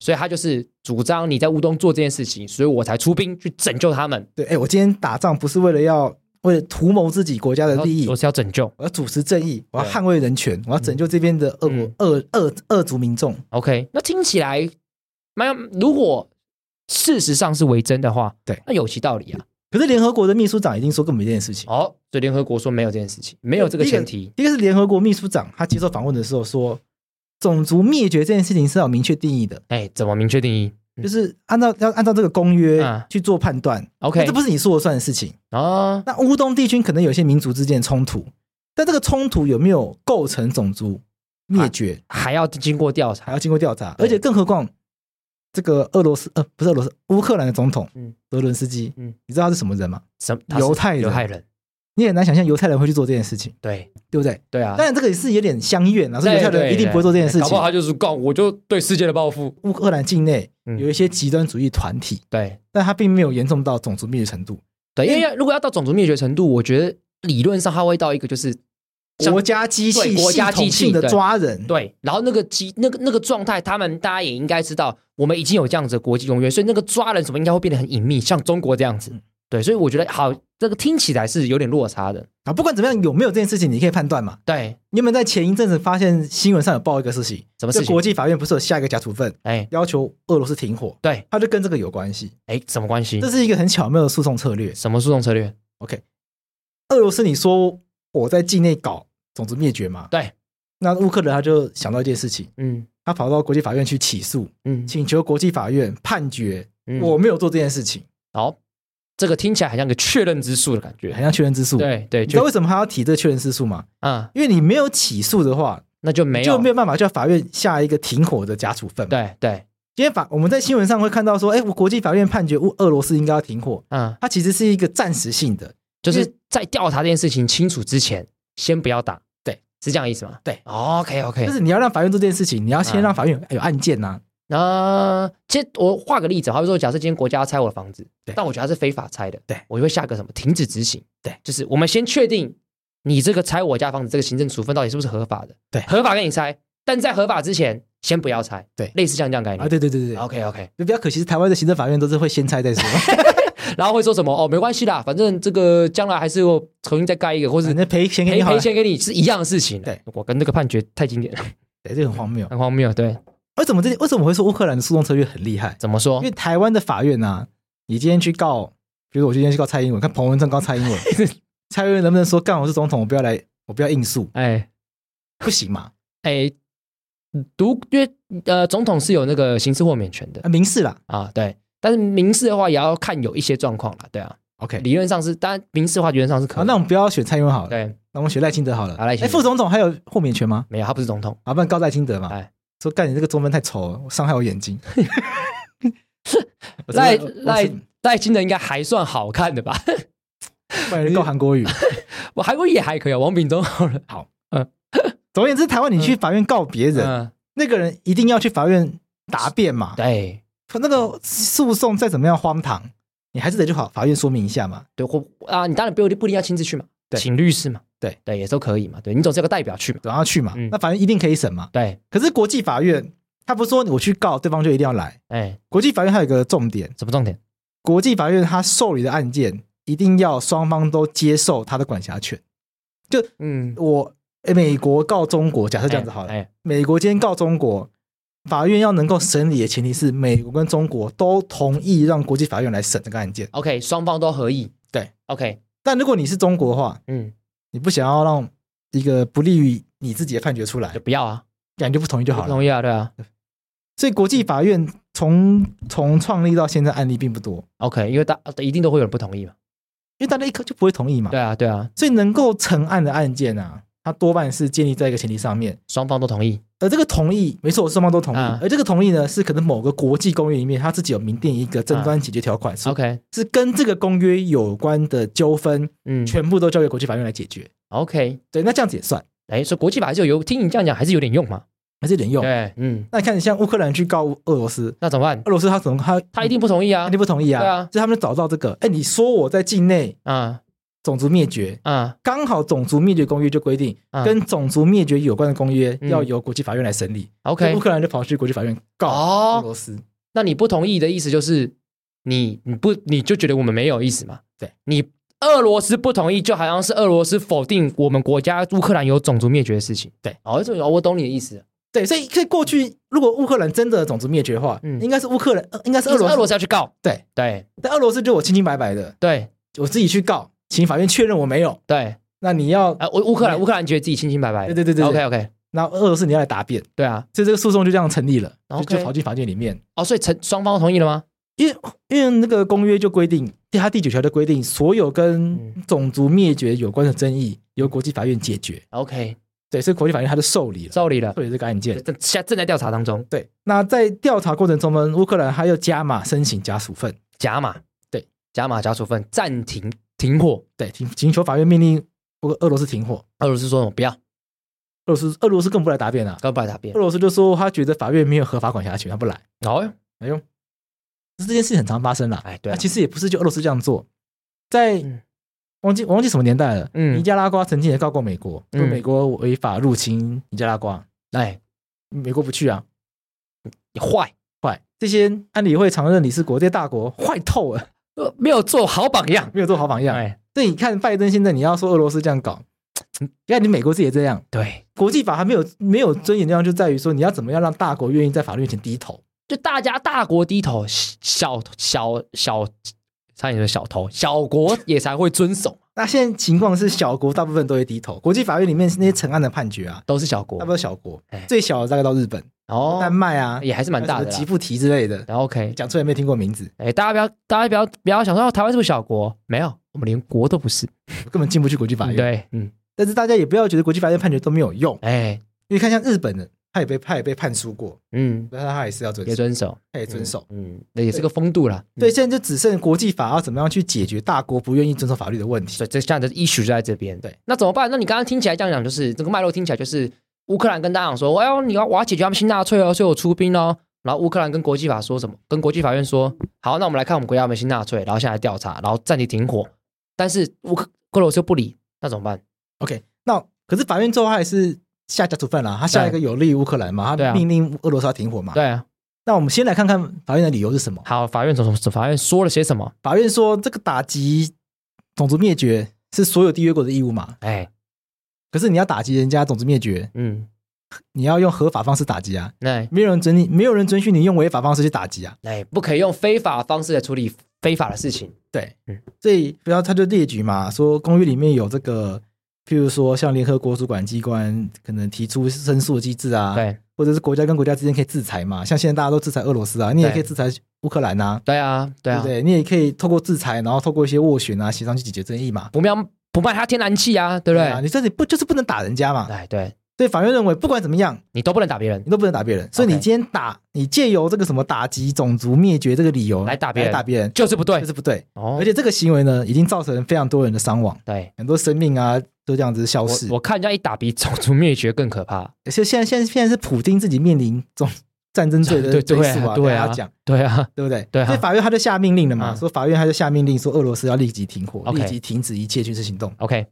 S1: 所以他就是主张你在乌东做这件事情，所以我才出兵去拯救他们，
S2: 对，哎，我今天打仗不是为了要为了图谋自己国家的利益
S1: 我，是要拯救
S2: 啊我要啊主持正义，我要
S1: 对
S2: 捍卫人权，我要拯救这边的俄国
S1: 嗯
S2: 俄俄俄族民众。
S1: OK。那听起来没有，如果事实上是为真的话，
S2: 对
S1: 那有其道理啊。
S2: 可是联合国的秘书长已经说过没这件事情，
S1: 哦，所以联合国说没有这件事情，没有这个前提，
S2: 第一个是联合国秘书长他接受访问的时候说，种族灭绝这件事情是要有明确定义的，
S1: 哎，怎么明确定义
S2: 就是按照要按照这个公约
S1: 嗯
S2: 去做判断。
S1: ？OK，
S2: 这不是你说了算的事情。
S1: 啊，
S2: 那乌东地区可能有些民族之间的冲突，但这个冲突有没有构成种族灭绝，
S1: 还要经过调
S2: 还
S1: 查，
S2: 要经过调查。
S1: 啊对
S2: 而且更何况，这个俄罗斯呃不是俄罗斯，乌克兰的总统
S1: 嗯
S2: 泽伦斯基，
S1: 嗯
S2: 你知道他是什么人吗？
S1: 什么他是
S2: 犹太人
S1: 犹太人，
S2: 你也很难想象犹太人会去做这件事情，
S1: 对
S2: 对不对？
S1: 对啊
S2: 当。然这个也是有点相怨啊，所以
S1: 对
S2: 犹太人
S1: 对
S2: 一定
S1: 对
S2: 不会做这件事
S1: 搞不
S2: 情
S1: 好。他就是告我就对世界的报复，
S2: 乌克兰境内
S1: 嗯
S2: 有一些极端主义团体，
S1: 对
S2: 但它并没有严重到种族灭绝程度。
S1: 对，因为要如果要到种族灭绝程度，我觉得理论上它会到一个就是像
S2: 国家机器
S1: 对国家
S2: 系统
S1: 机器
S2: 性的
S1: 对
S2: 抓人，
S1: 对，然后那个机那个那个状态，他们大家也应该知道，我们已经有这样子的国际公约，所以那个抓人什么应该会变得很隐秘，像中国这样
S2: 嗯
S1: 子。对，所以我觉得好，这个听起来是有点落差的。
S2: 啊，不管怎么样，有没有这件事情，你可以判断嘛。
S1: 对，
S2: 你有没有在前一阵子发现新闻上有报一个事情？
S1: 什么事情
S2: 就国际法院不是有下一个假处分，
S1: 哎，
S2: 要求俄罗斯停火，
S1: 对，
S2: 它就跟这个有关系。
S1: 哎，什么关系
S2: 这？是一个很巧妙的诉讼策略。
S1: 什么诉讼策略？
S2: 俄罗斯，你说我在境内搞种族灭绝嘛？
S1: 对。
S2: 那乌克兰他就想到一件事情，
S1: 嗯
S2: 他跑到国际法院去起诉，
S1: 嗯，
S2: 请求国际法院判决
S1: 嗯
S2: 我没有做这件事情，
S1: 好，这个听起来很像个确认之诉的感觉
S2: 很。像确认之诉。，
S1: 对对，
S2: 你知道
S1: 就
S2: 为什么他要提这个确认之诉吗？
S1: 啊，
S2: 因为你没有起诉的话，
S1: 那就没有
S2: 就没有办法叫法院下一个停火的假处分嘛。
S1: 对对，
S2: 今天法我们在新闻上会看到说，哎，我国际法院判决乌俄罗斯应该要停火，
S1: 嗯，
S2: 它其实是一个暂时性的，
S1: 就是在调查这件事情清楚之前，先不要打。
S2: 对，
S1: 是这样意思吗？哦
S2: 对
S1: ，OK OK，
S2: 就是你要让法院做这件事情，你要先
S1: 嗯
S2: 让法院有案件呐、
S1: 那、其实我画个例子，好比说，假设今天国家要拆我的房子，
S2: 对
S1: 但我觉得它是非法拆的，
S2: 对
S1: 我就会下个什么停止执行，
S2: 对
S1: 就是我们先确定你这个拆我家房子这个行政处分到底是不是合法的，
S2: 对
S1: 合法跟你拆，但在合法之前先不要拆，
S2: 对
S1: 类似像这样概
S2: 啊。
S1: 念。
S2: 对对对对
S1: OK OK，
S2: 就比较可惜是台湾的行政法院都是会先拆
S1: *laughs*
S2: 再说，
S1: 然后会说什么？哦，没关系啦，反正这个将来还是会重新再盖一个，或是
S2: 反正赔钱给
S1: 赔
S2: 你好
S1: 赔
S2: 了。
S1: 钱给你是一样的事情。
S2: 对，
S1: 我跟那个判决太经典了，
S2: 对，这个很荒谬。
S1: 很荒谬。对，
S2: 为什么这为什么我会说乌克兰的诉讼策略很厉害？
S1: 怎么说
S2: 因为？台湾的法院啊，你今天去告，比如我今天去告蔡英文，看彭文正告
S1: *laughs*
S2: 蔡英文， *laughs* 蔡英文能不能说干我是总统，我不要来，我不要应诉，
S1: 哎
S2: 不行嘛？
S1: 哎，独因为呃，总统是有那个刑事豁免权的
S2: 啊，民事啦
S1: 啊，对。但是民事的话，也要看有一些状况了，对啊。
S2: ，OK。
S1: 理论上是，当然民事的话，理论上是可
S2: 好，
S1: 以。
S2: 啊那我们不要选蔡英文好了，
S1: 对，
S2: 那我们选赖清德好了。
S1: 好赖清德
S2: 哎副总统还有豁免权吗？
S1: 没有，他不是总统。
S2: 啊，不然告赖清德嘛。
S1: 哎
S2: 说干你这个中分太丑了，我伤害我
S1: *laughs*
S2: 眼睛。我真的
S1: 赖
S2: 我是
S1: 赖赖清德应该还算好看的吧？ *laughs*
S2: 不然告韩国语。
S1: 我韩国也还可以啊，王炳忠好了。
S2: *laughs* 总而言之，台湾你去法院告别人，
S1: 嗯，
S2: 那个人一定要去法院答辩嘛。
S1: 对。
S2: 那个诉讼再怎么样荒唐，你还是得去法法院说明一下嘛。
S1: 对，或啊，你当然不一定不一定要亲自去嘛，
S2: 对
S1: 请律师嘛，
S2: 对
S1: 对，也都可以嘛，对你总是有个代表去嘛，
S2: 总要去嘛，
S1: 嗯
S2: 那法院一定可以审嘛。
S1: 对，
S2: 可是国际法院，他不是说我去告对方就一定要来。
S1: 哎，
S2: 国际法院还有一个重点，
S1: 什么重点？
S2: 国际法院他受理的案件一定要双方都接受他的管辖权。
S1: 嗯，
S2: 我诶美国告中国，假设这样子好了，
S1: 哎，
S2: 美国今天告中国，法院要能够审理的前提是美国跟中国都同意让国际法院来审这个案件。
S1: o k 双方都合意，
S2: 对
S1: ，OK，
S2: 但如果你是中国的话，
S1: 嗯，
S2: 你不想要让一个不利于你自己的判决出来
S1: 就，不要啊，
S2: 感觉不同意就好
S1: 不
S2: 了。
S1: 同意啊，对啊
S2: 所以国际法院从从创立到现在案例并不多，
S1: ，OK，因为大呃一定都会有人不同意嘛，
S2: 因为大家一颗就不会同意嘛。
S1: 对啊，对啊，
S2: 所以能够成案的案件啊，它多半是建立在一个前提上面，
S1: 双方都同意，
S2: 而这个同意，没错，双方都同意。
S1: 嗯
S2: 而这个同意呢，是可能某个国际公约里面，它自己有明定一个争端解决条款，是
S1: 嗯 OK，
S2: 是跟这个公约有关的纠纷，
S1: 嗯
S2: 全部都交给国际法院来解决。
S1: ，OK，
S2: 对，那这样子也算，
S1: 哎，所以国际法还是有，听你这样讲还是有点用嘛，
S2: 还是有点用。
S1: 对，嗯，
S2: 那你看，像乌克兰去告俄罗斯，
S1: 那怎么办？
S2: 俄罗斯他怎么他
S1: 他一定不同意啊
S2: 肯，定不同意啊，
S1: 对啊
S2: 所以他们就找到这个，哎，你说我在境内
S1: 啊
S2: 种族灭绝，
S1: 啊
S2: 刚好种族灭绝公约就规定，
S1: 啊
S2: 跟种族灭绝有关的公约
S1: 嗯
S2: 要由国际法院来审理。所以
S1: ，OK，
S2: 乌克兰就跑去国际法院告俄
S1: 哦，
S2: 罗斯，
S1: 那你不同意的意思就是你你不你就觉得我们没有意思嘛？
S2: 对，
S1: 你俄罗斯不同意，就好像是俄罗斯否定我们国家乌克兰有种族灭绝的事情。
S2: 对，
S1: 哦，这种哦我懂你的意思，
S2: 对，所以所以过去如果乌克兰真的种族灭绝的话，
S1: 嗯
S2: 应该是乌克兰，呃应该是
S1: 俄
S2: 俄罗
S1: 罗
S2: 斯，
S1: 俄罗斯要去告，
S2: 对
S1: 对
S2: 但俄罗斯就我清清白白的，
S1: 对
S2: 我自己去告，请法院确认我没有。
S1: 对，
S2: 那你要，
S1: 啊，乌乌克兰乌克兰觉得自己清清白白
S2: 对
S1: 的，
S2: 对对对
S1: OK OK，
S2: 那俄罗斯你要来答辩，
S1: 对啊，
S2: 所以这个诉讼就这样成立了，就
S1: OK
S2: 就跑进法院里面，
S1: 哦，所以成双方同意了吗？
S2: 因为因为那个公约就规定，第它第九条就规定，所有跟
S1: 嗯
S2: 种族灭绝有关的争议由国际法院解决。
S1: OK，
S2: 对，所以国际法院它就受理了，
S1: 受理了，
S2: 受理这个案件。
S1: 正现在正在调查当中，
S2: 对，那在调查过程中呢，乌克兰还要加码申请加处分，
S1: 假马
S2: 对
S1: 假马假处分暂停停火，
S2: 对，请请求法院命令俄俄罗斯停火。
S1: 俄罗斯说我不要，
S2: 俄罗斯俄罗斯更不来答辩了、
S1: 跟不来答辩
S2: 俄，罗斯就说他觉得法院没有合法管辖权，他不来。
S1: 哦，
S2: 这件事很常发生啦。
S1: 哎对
S2: 那
S1: 啊，
S2: 其实也不是就俄罗斯这样做，在
S1: 嗯
S2: 忘记我忘记什么年代了。
S1: 嗯
S2: 尼加拉瓜曾经也告过美国，说
S1: 嗯
S2: 美国违法入侵尼加拉瓜，
S1: 哎，
S2: 美国不去啊，
S1: 坏，
S2: 坏！这些安理会常任理事国这些大国坏透了， *laughs*
S1: 呃，没有做好榜样。
S2: 没有做好榜样。
S1: 哎，
S2: 那你看拜登现在你要说俄罗斯这
S1: *laughs*
S2: 样搞，你看你美国自己也这样，
S1: 对，
S2: 国际法还没有没有尊严的地方就在于说你要怎么样让大国愿意在法律面前低头。
S1: 就大家大国低头，小小小，差点说小头，小国也才会遵守，
S2: 那现在情况是小国大部分都会低头，国际法院里面那些成案的判决啊，
S1: 都是小
S2: 大
S1: 国
S2: 部。分小国
S1: 哎，
S2: 最小的大概到日本、
S1: 哦，
S2: 丹麦啊，
S1: 也还是蛮大的啦
S2: 什么吉布提之类的，
S1: 然后 OK，
S2: 讲出来没听过名字，
S1: 哎，大家不要，大家不要不要想说哦台湾是不是小国？没有，我们连国都不是。
S2: 根本进不去国际法
S1: 嗯
S2: 院。
S1: 对，嗯，
S2: 但是大家也不要觉得国际法院判决都没有用，
S1: 哎，
S2: 因为看像日本人，他也被他也被判输过，
S1: 嗯，
S2: 但他也是要遵
S1: 也
S2: 守，
S1: 遵守，
S2: 他也遵守。
S1: 嗯，嗯，那也是个风度啦。
S2: 对，
S1: 嗯，
S2: 现在就只剩国际法要怎么样去解决大国不愿意遵守法律的问题
S1: 所。以这现在的 issue 就在这边。
S2: 对，
S1: 那怎么办？那你刚刚听起来这样讲，就是这个脉络听起来就是乌克兰跟大家讲说，哎呦，你要我要解决他们新纳粹哦，所以我出兵哦。然后乌克兰跟国际法说什么？跟国际法院说，好，那我们来看我们国家有没有新纳粹，然后现在调查，然后暂停停火。但是乌克俄罗斯又不理，那怎么办？
S2: OK，那可是法院最后还是下假处分了，他下一个有利于乌克兰嘛，
S1: 对
S2: 他
S1: 啊
S2: 命令俄罗斯要停火嘛。
S1: 对啊，
S2: 那我们先来看看法院的理由是什么。
S1: 好，法院从从法院说了些什么？
S2: 法院说这个打击种族灭绝是所有缔约国的义务嘛，
S1: 哎，
S2: 可是你要打击人家种族灭绝，
S1: 嗯，
S2: 你要用合法方式打击啊，
S1: 那
S2: 没有人准你，没有人准许你用违法方式去打击啊。
S1: 嗯哎，不可以用非法方式来处理非法的事情。
S2: 对
S1: 嗯，
S2: 所以不要他就列举嘛，说公约里面有这个，譬如说像联合国主管机关可能提出申诉机制啊，，
S1: 对，
S2: 或者是国家跟国家之间可以制裁嘛，像现在大家都制裁俄罗斯啊，你也
S1: 对
S2: 可以制裁乌克兰呐、
S1: 对啊，对
S2: 对
S1: 啊
S2: 不，对？你也可以透过制裁，然后透过一些斡旋啊、协商去解决争议嘛，
S1: 不卖不卖他天然气啊，对不
S2: 啊，
S1: 对？
S2: 你这里不就是不能打人家嘛？
S1: 哎，对
S2: 所以法院认为，不管怎么样，
S1: 你都不能打别人
S2: 你，都不能打别人，所以你
S1: OK
S2: 今天打，你借由这个什么打击种族灭绝这个理由
S1: 来打别人
S2: 打别人
S1: 就是不对
S2: 就。是不对，
S1: 哦
S2: 而，且这个行为呢，已经造成非常多人的伤亡。
S1: 对，
S2: 很多生命啊都这样子消
S1: 我
S2: 逝。
S1: 我看人家一打比种族灭绝更可
S2: *laughs*
S1: 怕。
S2: 而且现在现在现在是普丁自己面临种战争罪的
S1: 对
S2: 追
S1: 对啊
S2: 诉啊，
S1: 对啊
S2: 大家讲
S1: 对啊，
S2: 对不对？
S1: 对啊
S2: 所以法院他就下命令了嘛，
S1: 嗯
S2: 说法院他就下命令说俄罗斯要立即停火，
S1: OK 啊
S2: 立即停止一切军事行动。
S1: ，OK，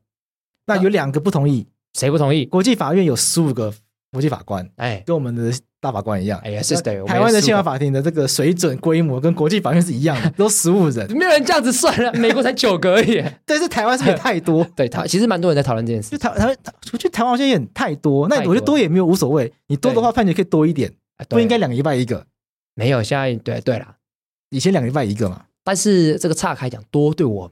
S2: 那有两个不同意，
S1: 谁不同意？
S2: 国际法院有十五个国际法官，
S1: 哎，
S2: 跟我们的大法官一样。
S1: 哎呀是的
S2: 那
S1: 我们也
S2: 台湾的
S1: 15个
S2: 宪法法庭的这个水准规模跟国际法院是一样的，
S1: *laughs*
S2: 都十五人，
S1: 没有人这样子算了，美国才九个而
S2: *laughs*
S1: 已。
S2: 但是台湾是不是也太多？
S1: 对他，其实蛮多人在讨论这件
S2: 就
S1: 事。
S2: 台台湾，我觉得台湾好像有点太多。那
S1: 太
S2: 我
S1: 多
S2: 觉得多也没有无所谓，你多的话判决可以多一点，
S1: 哎
S2: 不应该
S1: 对
S2: 两个礼拜一个。
S1: 没有，现在对对啦。
S2: 以前两个礼拜一个嘛。
S1: 但是这个岔开讲多对我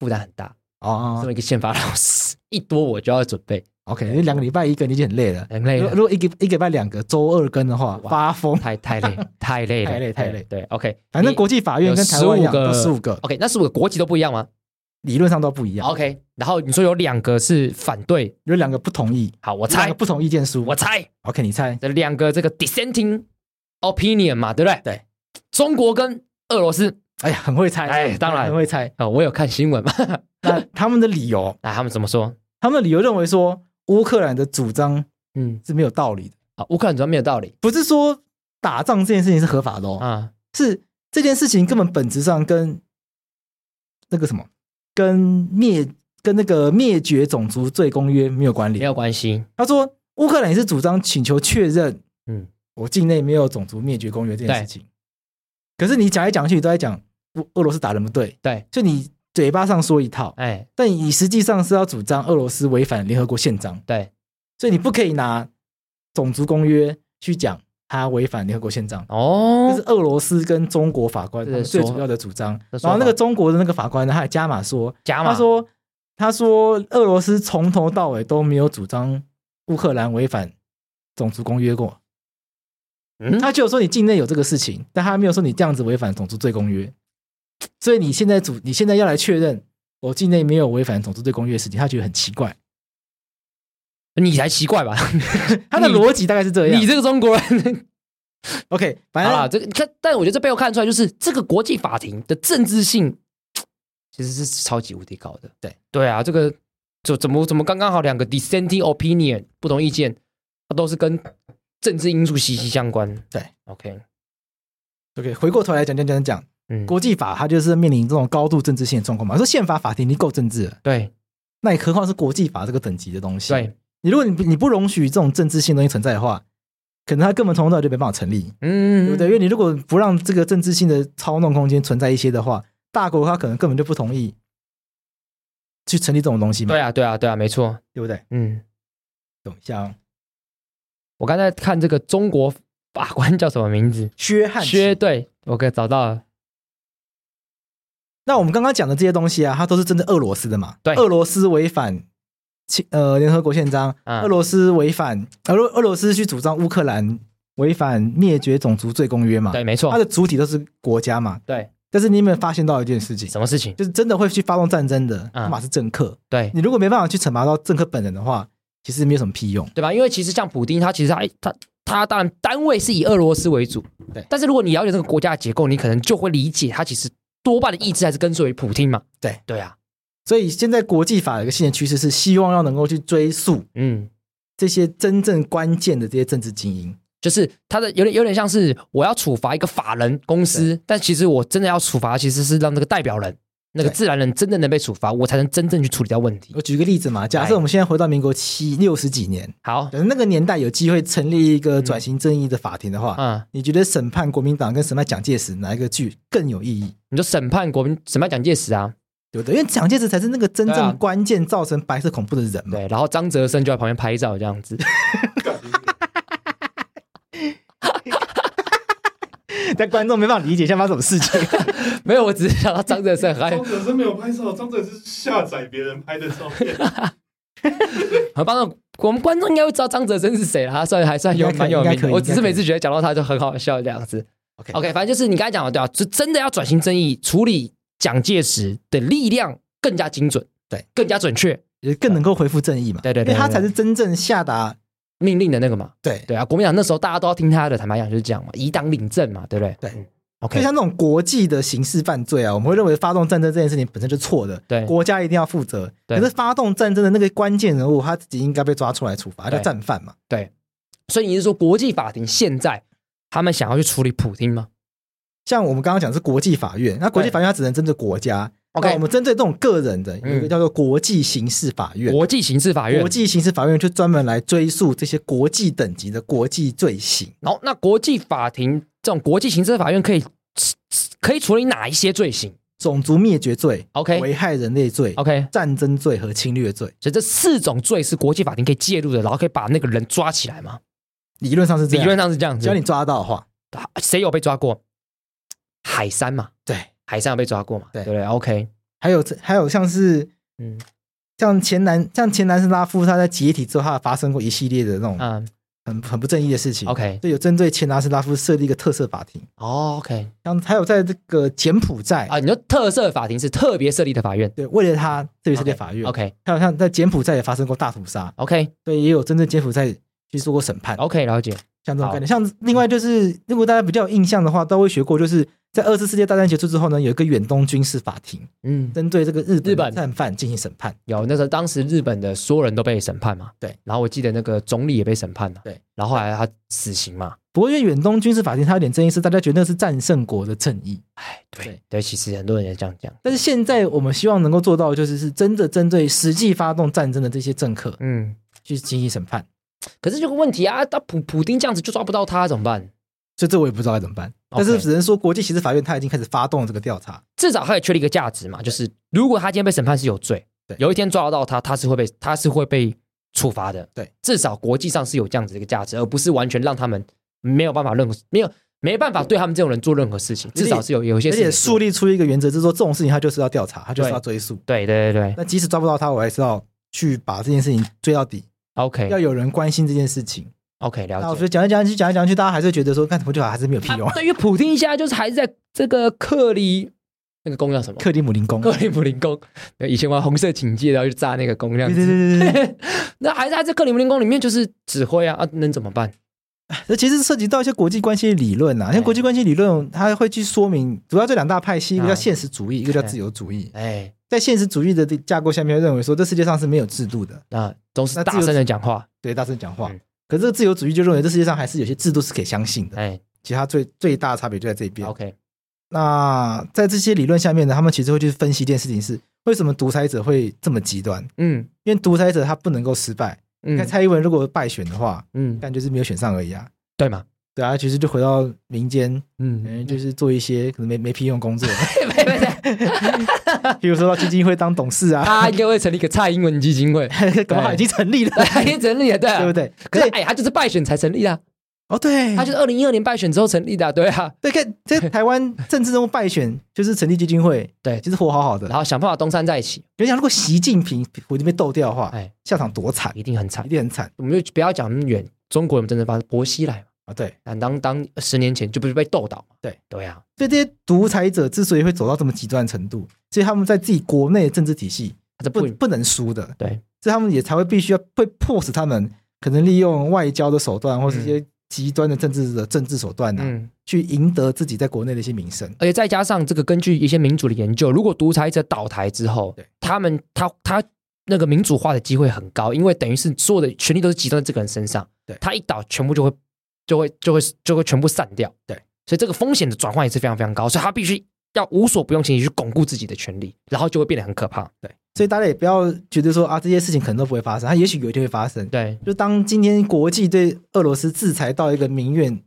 S1: 负担很大，这
S2: 哦
S1: 么一个宪法老师一多我就要准备，
S2: ，OK，因为两个礼拜一个你已经很累了。
S1: 很累
S2: 如
S1: 了
S2: 如。果一个一个礼拜两个，周二更的话，
S1: 哇
S2: 发疯。
S1: 太太累，太累了，
S2: *laughs* 太累太累
S1: 对，OK，
S2: 反正
S1: 你
S2: 国际法院
S1: 有
S2: 跟台湾一样，
S1: 15个
S2: 都十五个，
S1: OK，那是五个国籍都不一样吗
S2: 理论上都不一样。
S1: ？OK，然后你说有两个是反对，
S2: 有两个不同意，
S1: 好，我
S2: 有两
S1: 猜
S2: 个，不同意见书。
S1: 我猜
S2: OK，你猜？
S1: 这两个这个 dissenting opinion 嘛，对不对？
S2: 对，
S1: 中国跟俄罗斯，
S2: 哎呀，很会猜，
S1: 哎当然
S2: 很会猜。
S1: 哦，我有看新闻嘛， *laughs*
S2: 那他们的理由，
S1: 那他们怎么说？
S2: 他们的理由认为说，乌克兰的主张
S1: 嗯，
S2: 是没有道理的，
S1: 啊，乌克兰主要没有道理
S2: 不是说打仗这件事情是合法的哦，
S1: 啊，
S2: 是这件事情根本本质上跟那个什么，跟灭跟那个灭绝种族罪公约没有关
S1: 没
S2: 联。
S1: 有关系，
S2: 他说，乌克兰也是主张请求确认，
S1: 嗯，
S2: 我境内没有种族灭绝公约这件事情。可是你讲来讲去，你都在讲俄俄罗斯打人不对，
S1: 对，
S2: 就你嘴巴上说一套，
S1: 哎，
S2: 但你实际上是要主张俄罗斯违反联合国宪章，
S1: 对，
S2: 所以你不可以拿种族公约去讲他违反联合国宪章。这
S1: 哦
S2: 是，俄罗斯跟中国法官他
S1: 对
S2: 们最
S1: 说
S2: 主要的主张。
S1: 这说
S2: 然后那
S1: 法
S2: 个中国的那个法官呢，他还加码说，
S1: 加
S2: 他
S1: 码，
S2: 说他说俄罗斯从头到尾都没有主张乌克兰违反种族公约过，
S1: 嗯，
S2: 他只有说你境内有这个事情，但他没有说你这样子违反种族罪公约。所以你现在主你现在要来确认我境内没有违反种族罪公约的事情，他觉得很奇怪。
S1: 你才奇怪吧？
S2: 他的
S1: 你
S2: 逻辑大概是这样。
S1: 你这个中国人，
S2: OK，反
S1: 好啦，
S2: 正
S1: 这个你看，但我觉得这背后看出来，就是这个国际法庭的政治性其实是超级无敌高的。
S2: 对
S1: 对啊，这个就怎么怎么刚刚好两个 dissenting opinion 不同意见，它都是跟政治因素息息相关。
S2: 对
S1: ，OK，
S2: OK，回过头来讲讲讲讲，
S1: 嗯，
S2: 国际法它就是面临这种高度政治性的状况嘛。说宪法法庭已经够政治了，
S1: 对
S2: 那你何况是国际法这个等级的东西？
S1: 对，
S2: 你如果你不你不容许这种政治性的东西存在的话，可能它根本从头到尾就没办法成立，
S1: 嗯，
S2: 对不对？因为你如果不让这个政治性的操弄空间存在一些的话，大国它可能根本就不同意去成立这种东西嘛，
S1: 对啊，对啊，对啊，没错，
S2: 对不对？
S1: 嗯，
S2: 懂像
S1: 我刚才看这个中国法官叫什么名字？
S2: 薛汉奇
S1: 薛，对，我给找到了，
S2: 那我们刚刚讲的这些东西啊，它都是针对俄罗斯的嘛？
S1: 对
S2: 俄罗斯违反其呃联合国宪章，
S1: 嗯
S2: 俄罗斯违反俄罗俄罗斯去主张乌克兰违反灭绝种族罪公约嘛？
S1: 对，没错
S2: 它，的主体都是国家嘛。
S1: 对，
S2: 但是你有没有发现到一件事情，
S1: 什么事情？
S2: 就是真的会去发动战争的，
S1: 嗯
S2: 他妈是政客。
S1: 对，
S2: 你如果没办法去惩罚到政客本人的话，其实没有什么屁用。
S1: 对吧？因为其实像普丁，他其实他他他当然单位是以俄罗斯为主，
S2: 对
S1: 但是如果你了解这个国家的结构，你可能就会理解他其实多半的意志还是跟随于普丁嘛。
S2: 对，
S1: 对啊，
S2: 所以现在国际法有一个新的趋势是希望要能够去追溯
S1: 嗯，
S2: 这些真正关键的这些政治精英。
S1: 就是他的有点有点像是我要处罚一个法人公司，但其实我真的要处罚其实是让那个代表人。那个
S2: 对
S1: 自然人真的能被处罚，我才能真正去处理掉问题。
S2: 我举个例子嘛，假设我们现在回到民国七六十几年，
S1: 好，
S2: 等那个年代有机会成立一个转型正义的法庭的话，
S1: 嗯，
S2: 你觉得审判国民党跟审判蒋介石哪一个剧更有意义？
S1: 你就审判国民审判蒋介石啊，
S2: 对不对？因为蒋介石才是那个真
S1: 对啊
S2: 正关键造成白色恐怖的人嘛。
S1: 对，然后张泽生就在旁边拍照这样子， *laughs*
S2: *laughs* 但观众没办法理解现在发生什么事情。
S1: 没有，我只是想到张泽生很爱
S3: 张哲生没有拍照，张哲生是下载别人拍的照片。
S1: 好，帮众，我们观众应该会知道张哲生是谁了，他算还算有
S2: 应该
S1: 蛮
S2: 可以
S1: 有
S2: 应
S1: 名
S2: 该可
S1: 的。
S2: 以
S1: 我只
S2: 应该
S1: 是
S2: 可以
S1: 每次觉得讲到他就很好笑这样子。
S2: *laughs* OK
S1: OK，反正就是你刚才讲的对啊，就真的要转型正义，处理蒋介石的力量更加精准，
S2: 对，
S1: 更加准确，
S2: 也更能够恢复正义嘛。
S1: 对对对对
S2: 因为他才是真正下达
S1: 命令的那个嘛。
S2: 对。
S1: 对啊，国民党那时候大家都要听他的，坦白讲就是这样嘛，以党领政嘛，对不对？
S2: 对
S1: 嗯
S2: 就
S1: ，OK，
S2: 像那种国际的刑事犯罪啊，我们会认为发动战争这件事情本身就是错的，
S1: 对
S2: 国家一定要负责。
S1: 对
S2: 可是发动战争的那个关键人物，他自己应该被抓出来处罚，他叫
S1: 对
S2: 战犯嘛。
S1: 所以你是说国际法庭现在他们想要去处理普丁吗
S2: 像我们刚刚讲的是国际法院，那国际
S1: 对
S2: 法院它只能针对国家。
S1: OK
S2: 那我们针对这种个人的，有一个
S1: 嗯
S2: 叫做国际刑事法院。
S1: 国际刑事法院
S2: 国，际刑事法院就专门来追溯这些国际等级的国际罪行。
S1: 然后那国际法庭这种国际刑事法院可以可以处理哪一些罪行
S2: 种族灭绝罪、
S1: ？OK，
S2: 危害人类罪、
S1: OK，
S2: 战争罪和侵略罪，
S1: 所以这四种罪是国际法庭可以介入的，然后可以把那个人抓起来嘛？
S2: 理论上是这
S1: 理
S2: 样。
S1: 论上是这样
S2: 只
S1: 子
S2: 要。你抓到的话，
S1: 啊谁有被抓过？海山嘛，
S2: 对。
S1: 海山有被抓过嘛？对
S2: 对
S1: 不对？OK，
S2: 还有这还有像是
S1: 嗯
S2: 像前南像前南斯拉夫，他在解体之后，他发生过一系列的那种
S1: 嗯
S2: 很很不正义的事情。
S1: ，OK，
S2: 所以有针对前南斯拉夫设立一个特色法庭，
S1: 哦，OK，
S2: 像还有在这个柬埔寨
S1: 啊，你说特色法庭是特别设立的法院
S2: 对，为了他特别设立法院。
S1: ，OK，OK，
S2: 还有像在柬埔寨也发生过大屠杀，对，也有针对柬埔寨去做过审判，
S1: OK，了解，
S2: 像这种概念。像另外就是，如果大家比较有印象的话，都会学过，就是在二次世界大战结束之后呢，有一个远东军事法庭，
S1: 嗯，
S2: 针对这个日
S1: 日
S2: 本
S1: 本
S2: 的战犯进行审判。
S1: 有那时候当时日本的所有人都被审判嘛，
S2: 对，
S1: 然后我记得那个总理也被审判了，
S2: 对，
S1: 然后后来他死刑嘛，
S2: 不过，因为远东军事法庭它有点争议，是大家觉得那是战胜国的正义。
S1: 哎，对
S2: 对
S1: 对，其实很多人也这样讲，
S2: 但是现在我们希望能够做到，的就是是真的针对实际发动战争的这些政客
S1: 嗯，
S2: 去进行审判。
S1: 可是这个问题啊，那普普丁这样子就抓不到他怎么办？
S2: 所以这我也不知道该怎么办。但
S1: OK
S2: 是只能说，国际刑事法院它已经开始发动了这个调查。
S1: 至少他也确立一个价值嘛，就是如果他今天被审判是有罪
S2: 对，
S1: 有一天抓得到他，他是会被他是会被处罚的。
S2: 对，
S1: 至少国际上是有这样子的一个价值，而不是完全让他们没有办法任何没有没办法对他们这种人做任何事情。至少是有有一些
S2: 而
S1: 事情
S2: 且
S1: 是
S2: 树立出一个原则，就是说这种事情他就是要调查，他就是要追溯。
S1: 对对对对
S2: 那即使抓不到他，我还是要去把这件事情追到底，要
S1: ，OK 有
S2: 有人关心这件事情。
S1: OK
S2: 那
S1: 了
S2: 我觉
S1: 解。啊
S2: 得讲一讲去讲一讲去，大家还是觉得说干什么就好，还是没有屁哦用。
S1: 对于普丁一下就是还是在这个克里那个宫叫什么？
S2: *laughs* 克里姆林宫，
S1: 克里姆林宫，对以前玩红色警戒，然后去炸那个宫这样
S2: 对
S1: 子。
S2: 对对
S1: *laughs*
S2: 对对，
S1: 那还是他在克里姆林宫里面就是指挥啊啊，能怎么办？
S2: 那其实涉及到一些国际关系的理论呐、啊，像国际关系理论，它会去说明主要这两大派系，一
S1: 啊
S2: 个叫现实主义，一个叫自由主义。
S1: 哎，
S2: 在现实主义的架构下面，认为说这世界上是没有制度的，
S1: 那都是
S2: 那
S1: 大
S2: 自由
S1: 声的讲话，
S2: 对，大声讲话
S1: 嗯。
S2: 可是这个自由主义就认为这世界上还是有些制度是可以相信的，
S1: 哎
S2: 其实它最最大的差别就在这边。
S1: ，OK，
S2: 那在这些理论下面呢，他们其实会去分析一件事情是：为什么独裁者会这么极端？
S1: 嗯
S2: 因为独裁者他不能够失败。你
S1: 嗯
S2: 看蔡英文如果败选的话，
S1: 嗯，
S2: 但就是没有选上而已啊。
S1: 对嘛，
S2: 对啊，其实就回到民间，可
S1: *laughs* 嗯，
S2: 能就是做一些可能没没屁用工作， *laughs*
S1: 没没没，
S2: 比如说到基金会当董事啊， *laughs*
S1: 他应该会成立一个蔡英文基金会，
S2: 搞不好已经成立了，
S1: 已经成立了，对啊
S2: 对不？对？
S1: 可是
S2: 对
S1: 哎，他就是败选才成立的啊，
S2: 哦，对，
S1: 他就是二零一二年败选之后成立的啊，对啊，
S2: 对，看在台湾政治中败选就是成立基金会，
S1: 对
S2: 其实活好好的
S1: 然。后想办法东山再起，
S2: 你想，如果习近平胡锦被斗掉的话，
S1: 哎，
S2: 下场多惨，
S1: 一定很惨
S2: 一。定很惨
S1: 我们就不要讲那么远，中国有没有真正发生薄熙来嘛？
S2: 啊！对，
S1: 啊，当当十年前就不是被斗倒嘛？
S2: 对
S1: 对啊，
S2: 所以这些独裁者之所以会走到这么极端的程度，所以他们在自己国内的政治体系
S1: 他这不
S2: 不不能输的，
S1: 对，
S2: 所以他们也才会必须要会迫使他们可能利用外交的手段，或是一些极端的政治的政治手段呢、啊
S1: 嗯，
S2: 去赢得自己在国内的一些名声。
S1: 而且再加上这个，根据一些民主的研究，如果独裁者倒台之后
S2: 对，
S1: 他们他他那个民主化的机会很高，因为等于是所有的权力都是集中在这个人身上，
S2: 对
S1: 他一倒，全部就会就会就会就会全部散掉，
S2: 对，
S1: 所以这个风险的转换也是非常非常高，所以他必须要无所不用其极去巩固自己的权利，然后就会变得很可怕，
S2: 对，所以大家也不要觉得说啊这些事情可能都不会发生，它啊也许有一天会发生。
S1: 对，
S2: 就当今天国际对俄罗斯制裁到一个民怨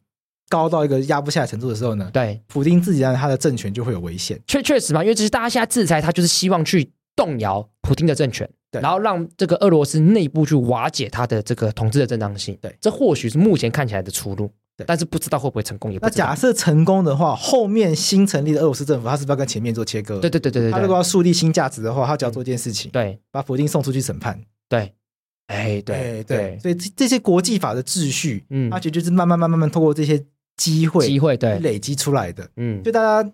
S2: 高到一个压不下来程度的时候呢，
S1: 对，
S2: 普丁自己让他的政权就会有危险。
S1: 确确实嘛，因为这是大家现在制裁他，就是希望去动摇普京的政权，
S2: 对
S1: 然后让这个俄罗斯内部去瓦解他的这个统治的正当性，
S2: 对
S1: 这或许是目前看起来的出路，
S2: 对
S1: 但是不知道会不会成功，也不
S2: 那
S1: 知道
S2: 假设成功的话，后面新成立的俄罗斯政府，他是不是要跟前面做切割？
S1: 对对对对
S2: 他
S1: 对
S2: 如果
S1: 对
S2: 要树立新价值的话，他只要做一件事情，
S1: 对
S2: 把普丁送出去审判。
S1: 对，哎对
S2: 哎对，所以这这些国际法的秩序，
S1: 嗯
S2: 它，其实就是慢慢慢慢慢通过这些机会
S1: 机会对，
S2: 累积出来的。
S1: 嗯
S2: 就大家，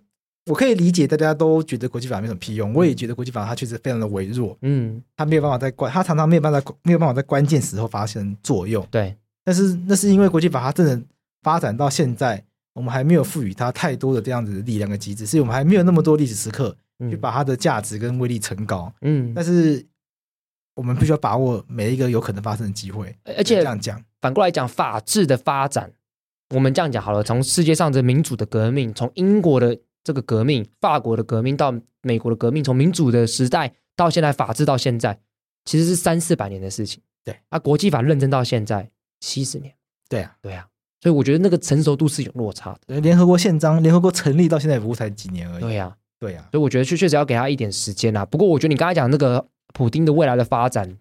S2: 我可以理解，大家都觉得国际法没什么屁用，我也觉得国际法它确实非常的微弱，
S1: 嗯
S2: 它没有办法在关，它常常没有办法没有办法在关键时候发生作用。
S1: 对
S2: 但是那是因为国际法它真的发展到现在，我们还没有赋予它太多的这样子的力量跟机制，所以我们还没有那么多历史时刻去
S1: 嗯
S2: 把它的价值跟威力撑高。
S1: 嗯，
S2: 但是我们必须要把握每一个有可能发生的机会。
S1: 而
S2: 这
S1: 且
S2: 样讲，
S1: 反过来讲，法治的发展，我们这样讲好了，从世界上的民主的革命，从英国的这个革命、法国的革命到美国的革命，从民主的时代到现在法治到现在，其实是三四百年的事情。
S2: 对，
S1: 啊，国际法认证到现在七十年，
S2: 对啊，
S1: 对啊，所以我觉得那个成熟度是有落差的。
S2: 联合国宪章，联合国成立到现在也不过才几年而已。
S1: 对啊，
S2: 对啊，
S1: 所以我觉得确确实要给他一点时间啊。不过我觉得你刚才讲那个普丁的未来的发展，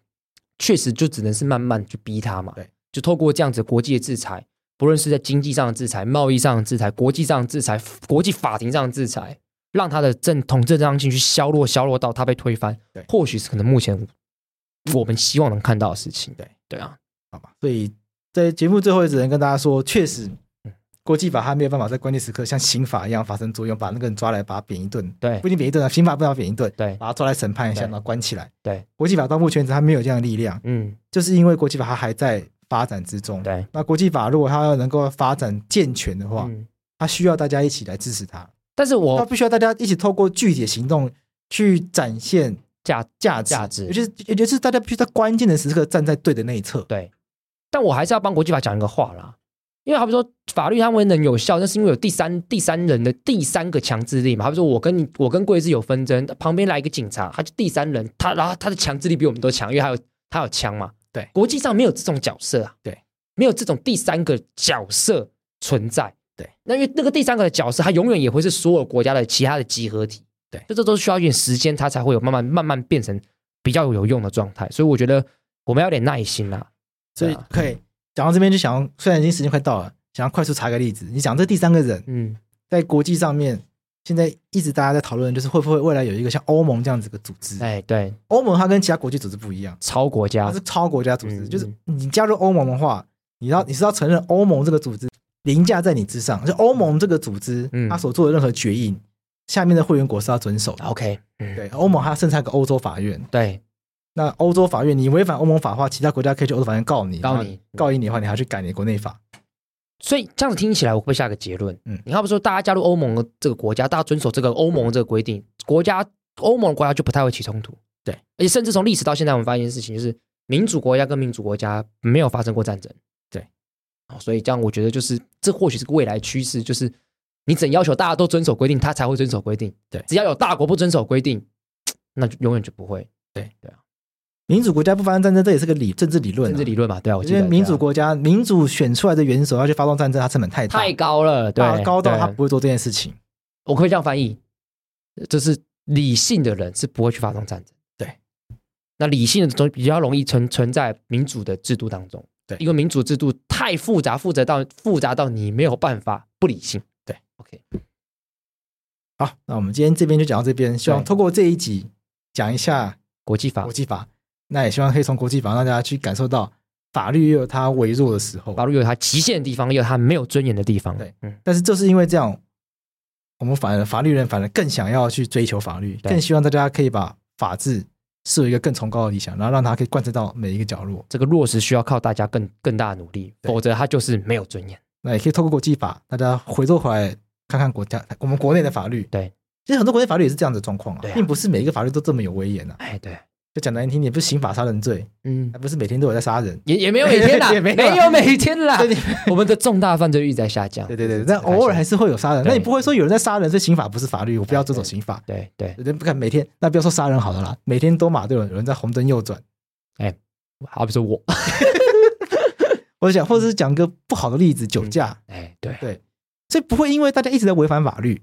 S1: 确实就只能是慢慢去逼他嘛。
S2: 对，
S1: 就透过这样子国际的制裁，不论是在经济上的制裁、贸易上的制裁、国际上的制裁、国际法庭上的制裁，让他的政统治正当性去削弱、削弱到他被推翻
S2: 对，
S1: 或许是可能目前我们希望能看到的事情。
S2: 对，
S1: 对啊，
S2: 好吧。所以在节目最后，只能跟大家说，确实
S1: 嗯。
S2: 国际法它没有办法在关键时刻像刑法一样发生作用，把那个人抓来，把他扁一顿，
S1: 对
S2: 不一定扁一顿啊，刑法不能扁一顿，
S1: 对，
S2: 把他抓来审判一下，
S1: 对
S2: 然后关起来。
S1: 对，
S2: 国际法到目前为止它没有这样的力量，
S1: 嗯，
S2: 就是因为国际法它还在发展之中。
S1: 对，
S2: 那国际法如果它要能够发展健全的话，
S1: 嗯。
S2: 它需要大家一起来支持它，
S1: 但是
S2: 它
S1: 我
S2: 必须要大家一起透过具体的行动去展现
S1: 假
S2: 价值，
S1: 价值
S2: 也就是也就是大家必须在关键的时刻站在对的那一侧。
S1: 对，但我还是要帮国际法讲一个话啦，因为好比说法律它们能有效，那是因为有第三第三人的第三个强制力嘛。好比说我跟你我跟贵志有纷争，旁边来一个警察，他就第三人，他然后他的强制力比我们都强，因为他有他有枪嘛。
S2: 对
S1: 国际上没有这种角色啊，
S2: 对，
S1: 没有这种第三个角色存在。
S2: 对，
S1: 那因为那个第三个角色，他永远也会是所有国家的其他的集合体。
S2: 对
S1: 就这都是需要一点时间，它才会有慢慢慢慢变成比较有用的状态。所以我觉得我们要有点耐心啦。
S2: 所以
S1: 对啊
S2: 可以讲到这边，就想要虽然已经时间快到了，想要快速查个例子。你讲这第三个人
S1: 嗯，
S2: 在国际上面，现在一直大家在讨论，就是会不会未来有一个像欧盟这样子的组织？
S1: 哎，对，
S2: 欧盟它跟其他国际组织不一样，
S1: 超国
S2: 它
S1: 家
S2: 是，超国家组织，
S1: 啊嗯
S2: 就是
S1: 嗯
S2: 你加入欧盟的话，你要你是要承认欧盟这个组织凌驾在你之上，就欧盟这个组织
S1: 嗯
S2: 它所做的任何决议，下面的会员国是要遵守的。
S1: OK，嗯，
S2: 对，欧盟它甚至还有个欧洲法院，
S1: 对，
S2: 那欧洲法院你违反欧盟法的话，其他国家可以去欧洲法院告你，
S1: 告你
S2: 然后告赢你的话，你还要去改你的国内法。
S1: 所以这样子听起来，我会下个结论，嗯
S2: 嗯，
S1: 你看，不说大家加入欧盟的这个国家，大家遵守这个欧盟这个规定，国家欧盟的国家就不太会起冲突，
S2: 对，
S1: 而且甚至从历史到现在，我们发现一件事情，就是民主国家跟民主国家没有发生过战争，
S2: 对
S1: 哦，所以这样我觉得就是这或许是个未来趋势，就是你怎要求大家都遵守规定，他才会遵守规定。
S2: 对
S1: 只要有大国不遵守规定，那就永远就不会
S2: 民主国家不发生战争，这也是个理政治理论、啊，
S1: 政治理论嘛？对啊，我记
S2: 因
S1: 得
S2: 为民主
S1: 对啊
S2: 国家民主选出来的元首要去发动战争，它成本太大，
S1: 太高了，对，
S2: 大高到他
S1: 对
S2: 不会做这件事情。
S1: 我可以这样翻译，就是理性的人是不会去发动战争。
S2: 对，
S1: 那理性的东西比较容易存存在民主的制度当中。
S2: 对
S1: 因为民主制度太复杂，复杂到复杂到你没有办法不理性。
S2: 对
S1: ，OK，
S2: 好，那我们今天这边就讲到这边，希望
S1: 对
S2: 透过这一集讲一下
S1: 国际法
S2: 国际法，那也希望可以从国际法让大家去感受到法律也有它微弱的时候
S1: 法。律有它极限的地方，也有它没有尊严的地方。
S2: 对，
S1: 嗯，
S2: 但是就是因为这样，我们反而法律人反而更想要去追求法律，
S1: 对
S2: 更希望大家可以把法治视为一个更崇高的理想，然后让它可以贯彻到每一个角落。
S1: 这个落实需要靠大家更更大的努力，
S2: 对
S1: 否则它就是没有尊严。
S2: 那也可以透过国际法，大家回头回来看看国家我们国内的法律。
S1: 对，
S2: 其实很多国内法律也是这样的状况啊，
S1: 对啊
S2: 并不是每一个法律都这么有威严啊。
S1: 哎，对，
S2: 就讲难听点，不是刑法杀人罪，
S1: 嗯
S2: 还，不是每天都有在杀人。
S1: 也也没有每天啦，
S2: *laughs* 也没有
S1: 没
S2: 啦
S1: 有每天啦
S2: *laughs* 对，
S1: *laughs* 我们的重大犯罪率在下降。
S2: 对对对，但偶尔还是会有杀人。
S1: 对
S2: 那你不会说有人在杀人，所以刑法不是法律，我不要这种刑法。
S1: 对对，
S2: 人家不敢每天，那不要说杀人好了啦，每天都马都有人有人在红灯右转。
S1: 好比说我，
S2: 我就想，或者是讲个不好的例子，酒驾，
S1: 哎，对，
S2: 所以不会因为大家一直在违反法律，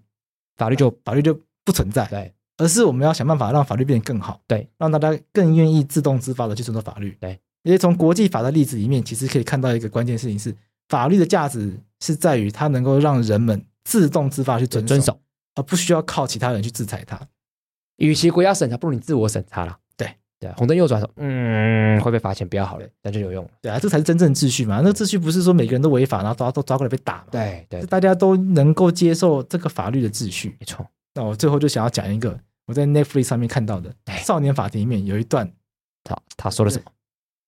S1: 法律就
S2: 法律就不存在，
S1: 对
S2: 而是我们要想办法让法律变得更好，
S1: 对，
S2: 让大家更愿意自动自发的去遵守法律。
S1: 对，
S2: 因为从国际法的例子里面，其实可以看到一个关键事情是，法律的价值是在于它能够让人们自动自发去遵守，
S1: 遵守。
S2: 而不需要靠其他人去制裁它。
S1: 与其国家审查，不如你自我审查啦。
S2: 对
S1: 对，红灯右转的时候，嗯，会被罚钱，不要好了，那就有用了。
S2: 对啊，这才是真正的秩序嘛。那个秩序不是说每个人都违法，然后抓都抓过来被打嘛。
S1: 对对
S2: 是，大家都能够接受这个法律的秩序。
S1: 没错。
S2: 那我最后就想要讲一个我在 Netflix 上面看到的
S1: 哎
S2: 《少年法庭》里面有一段，
S1: 好，他说了什么？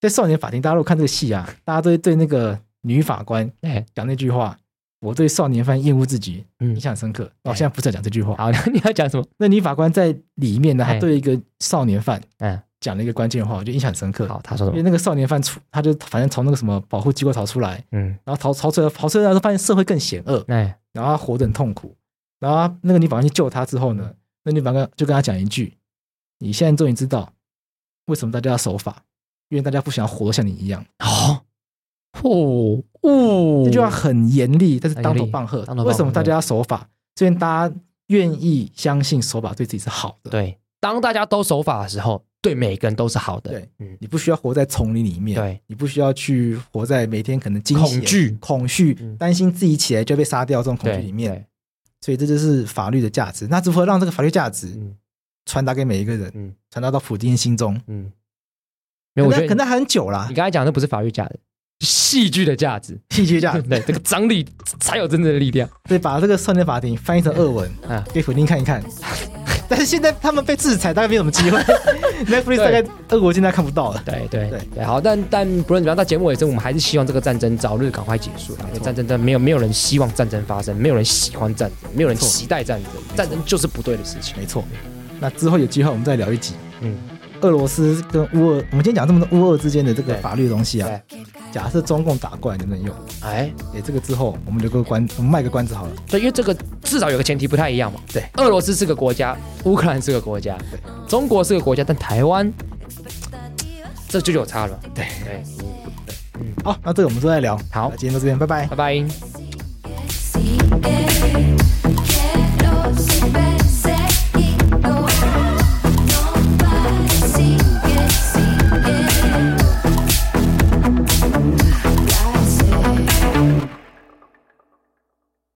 S2: 在《少年法庭》，大家如果看这个戏啊，大家都会对那个女法官
S1: 哎，
S2: 讲那句话：“我对少年犯厌恶至极，
S1: 嗯
S2: 印象深刻。”
S1: 哎
S2: 我现在不是要讲这句话。
S1: 好， *laughs* 你要讲什么？
S2: 那女法官在里面呢，她
S1: 哎
S2: 对一个少年犯
S1: 嗯，
S2: 讲了一个关键话，我就印象很深刻。
S1: 好，他说什
S2: 因为
S1: 么？
S2: 那个少年犯出，他就反正从那个什么保护机构逃出来，
S1: 嗯，
S2: 然后逃逃出来，逃出来之后发现社会更险恶，
S1: 哎，
S2: 然后他活得很痛苦。然后那个女法官去救他之后呢，那女法官就跟他讲一句：“你现在终于知道为什么大家要守法，因为大家不想要活得像你一样。
S1: 哦，哦，哦，
S2: 这句话很严厉，但是
S1: 很
S2: 当头
S1: 严厉
S2: 棒喝
S1: 当头。棒喝
S2: 为什么大家要守法？是因为大家愿意相信守法对自己是好的。
S1: 对，当大家都守法的时候，对每个人都是好的。
S2: 对，
S1: 嗯，
S2: 你不需要活在丛林里面，
S1: 对，
S2: 你不需要去活在每天可能惊
S1: 恐惧
S2: 恐惧
S1: 嗯、
S2: 担心自己起来就被杀掉这种恐惧
S1: 对
S2: 里面。，所以这就是法律的价值。那如何让这个法律价值
S1: 对嗯
S2: 传达给每一个人，
S1: 嗯
S2: 传达到普丁心中？
S1: 嗯，没有，我
S2: 可
S1: 觉
S2: 能可
S1: 得
S2: 能还很久啦
S1: 你，刚才讲的不是法律价值，是戏剧的价值。
S2: 戏
S1: *laughs*
S2: 剧价
S1: 啊对，这个张力才有真正的力量。
S2: 所以把这个少年法庭翻译成俄文
S1: 啊
S2: 给普丁看一看。 *laughs* 但是现在他们被制裁，大概没什
S1: *laughs*
S2: 么机会。Netflix 大概俄国现在看不到了。
S1: 对对
S2: 对
S1: 对，好，但但不论怎么样，到节目尾声，我们还是希望这个战争早日赶快结束啦。因为战争真的没有没有人希望战争发生，没有人喜欢战争，没有人
S2: 没错
S1: 期待战争，战争就是不对的事情。
S2: 没错，那之后有机会我们再聊一集
S1: 嗯，
S2: 俄罗斯跟乌俄。我们今天讲这么多乌俄之间的这个
S1: 对
S2: 法律的东西啊，
S1: 对，
S2: 假设中共打过来能不能用？
S1: 哎，
S2: 哎，这个之后我们留个关，我们卖个关子好了。
S1: 对，因为这个至少有个前提不太一样嘛。
S2: 对
S1: 俄罗斯是个国家，乌克兰是个国家，
S2: 对
S1: 中国是个国家，但台湾这就有差了。
S2: 对，
S1: 对，
S2: 好，那这个我们之后再聊。
S1: 好
S2: 那今天到这边，拜拜
S1: 拜。拜。
S4: See it.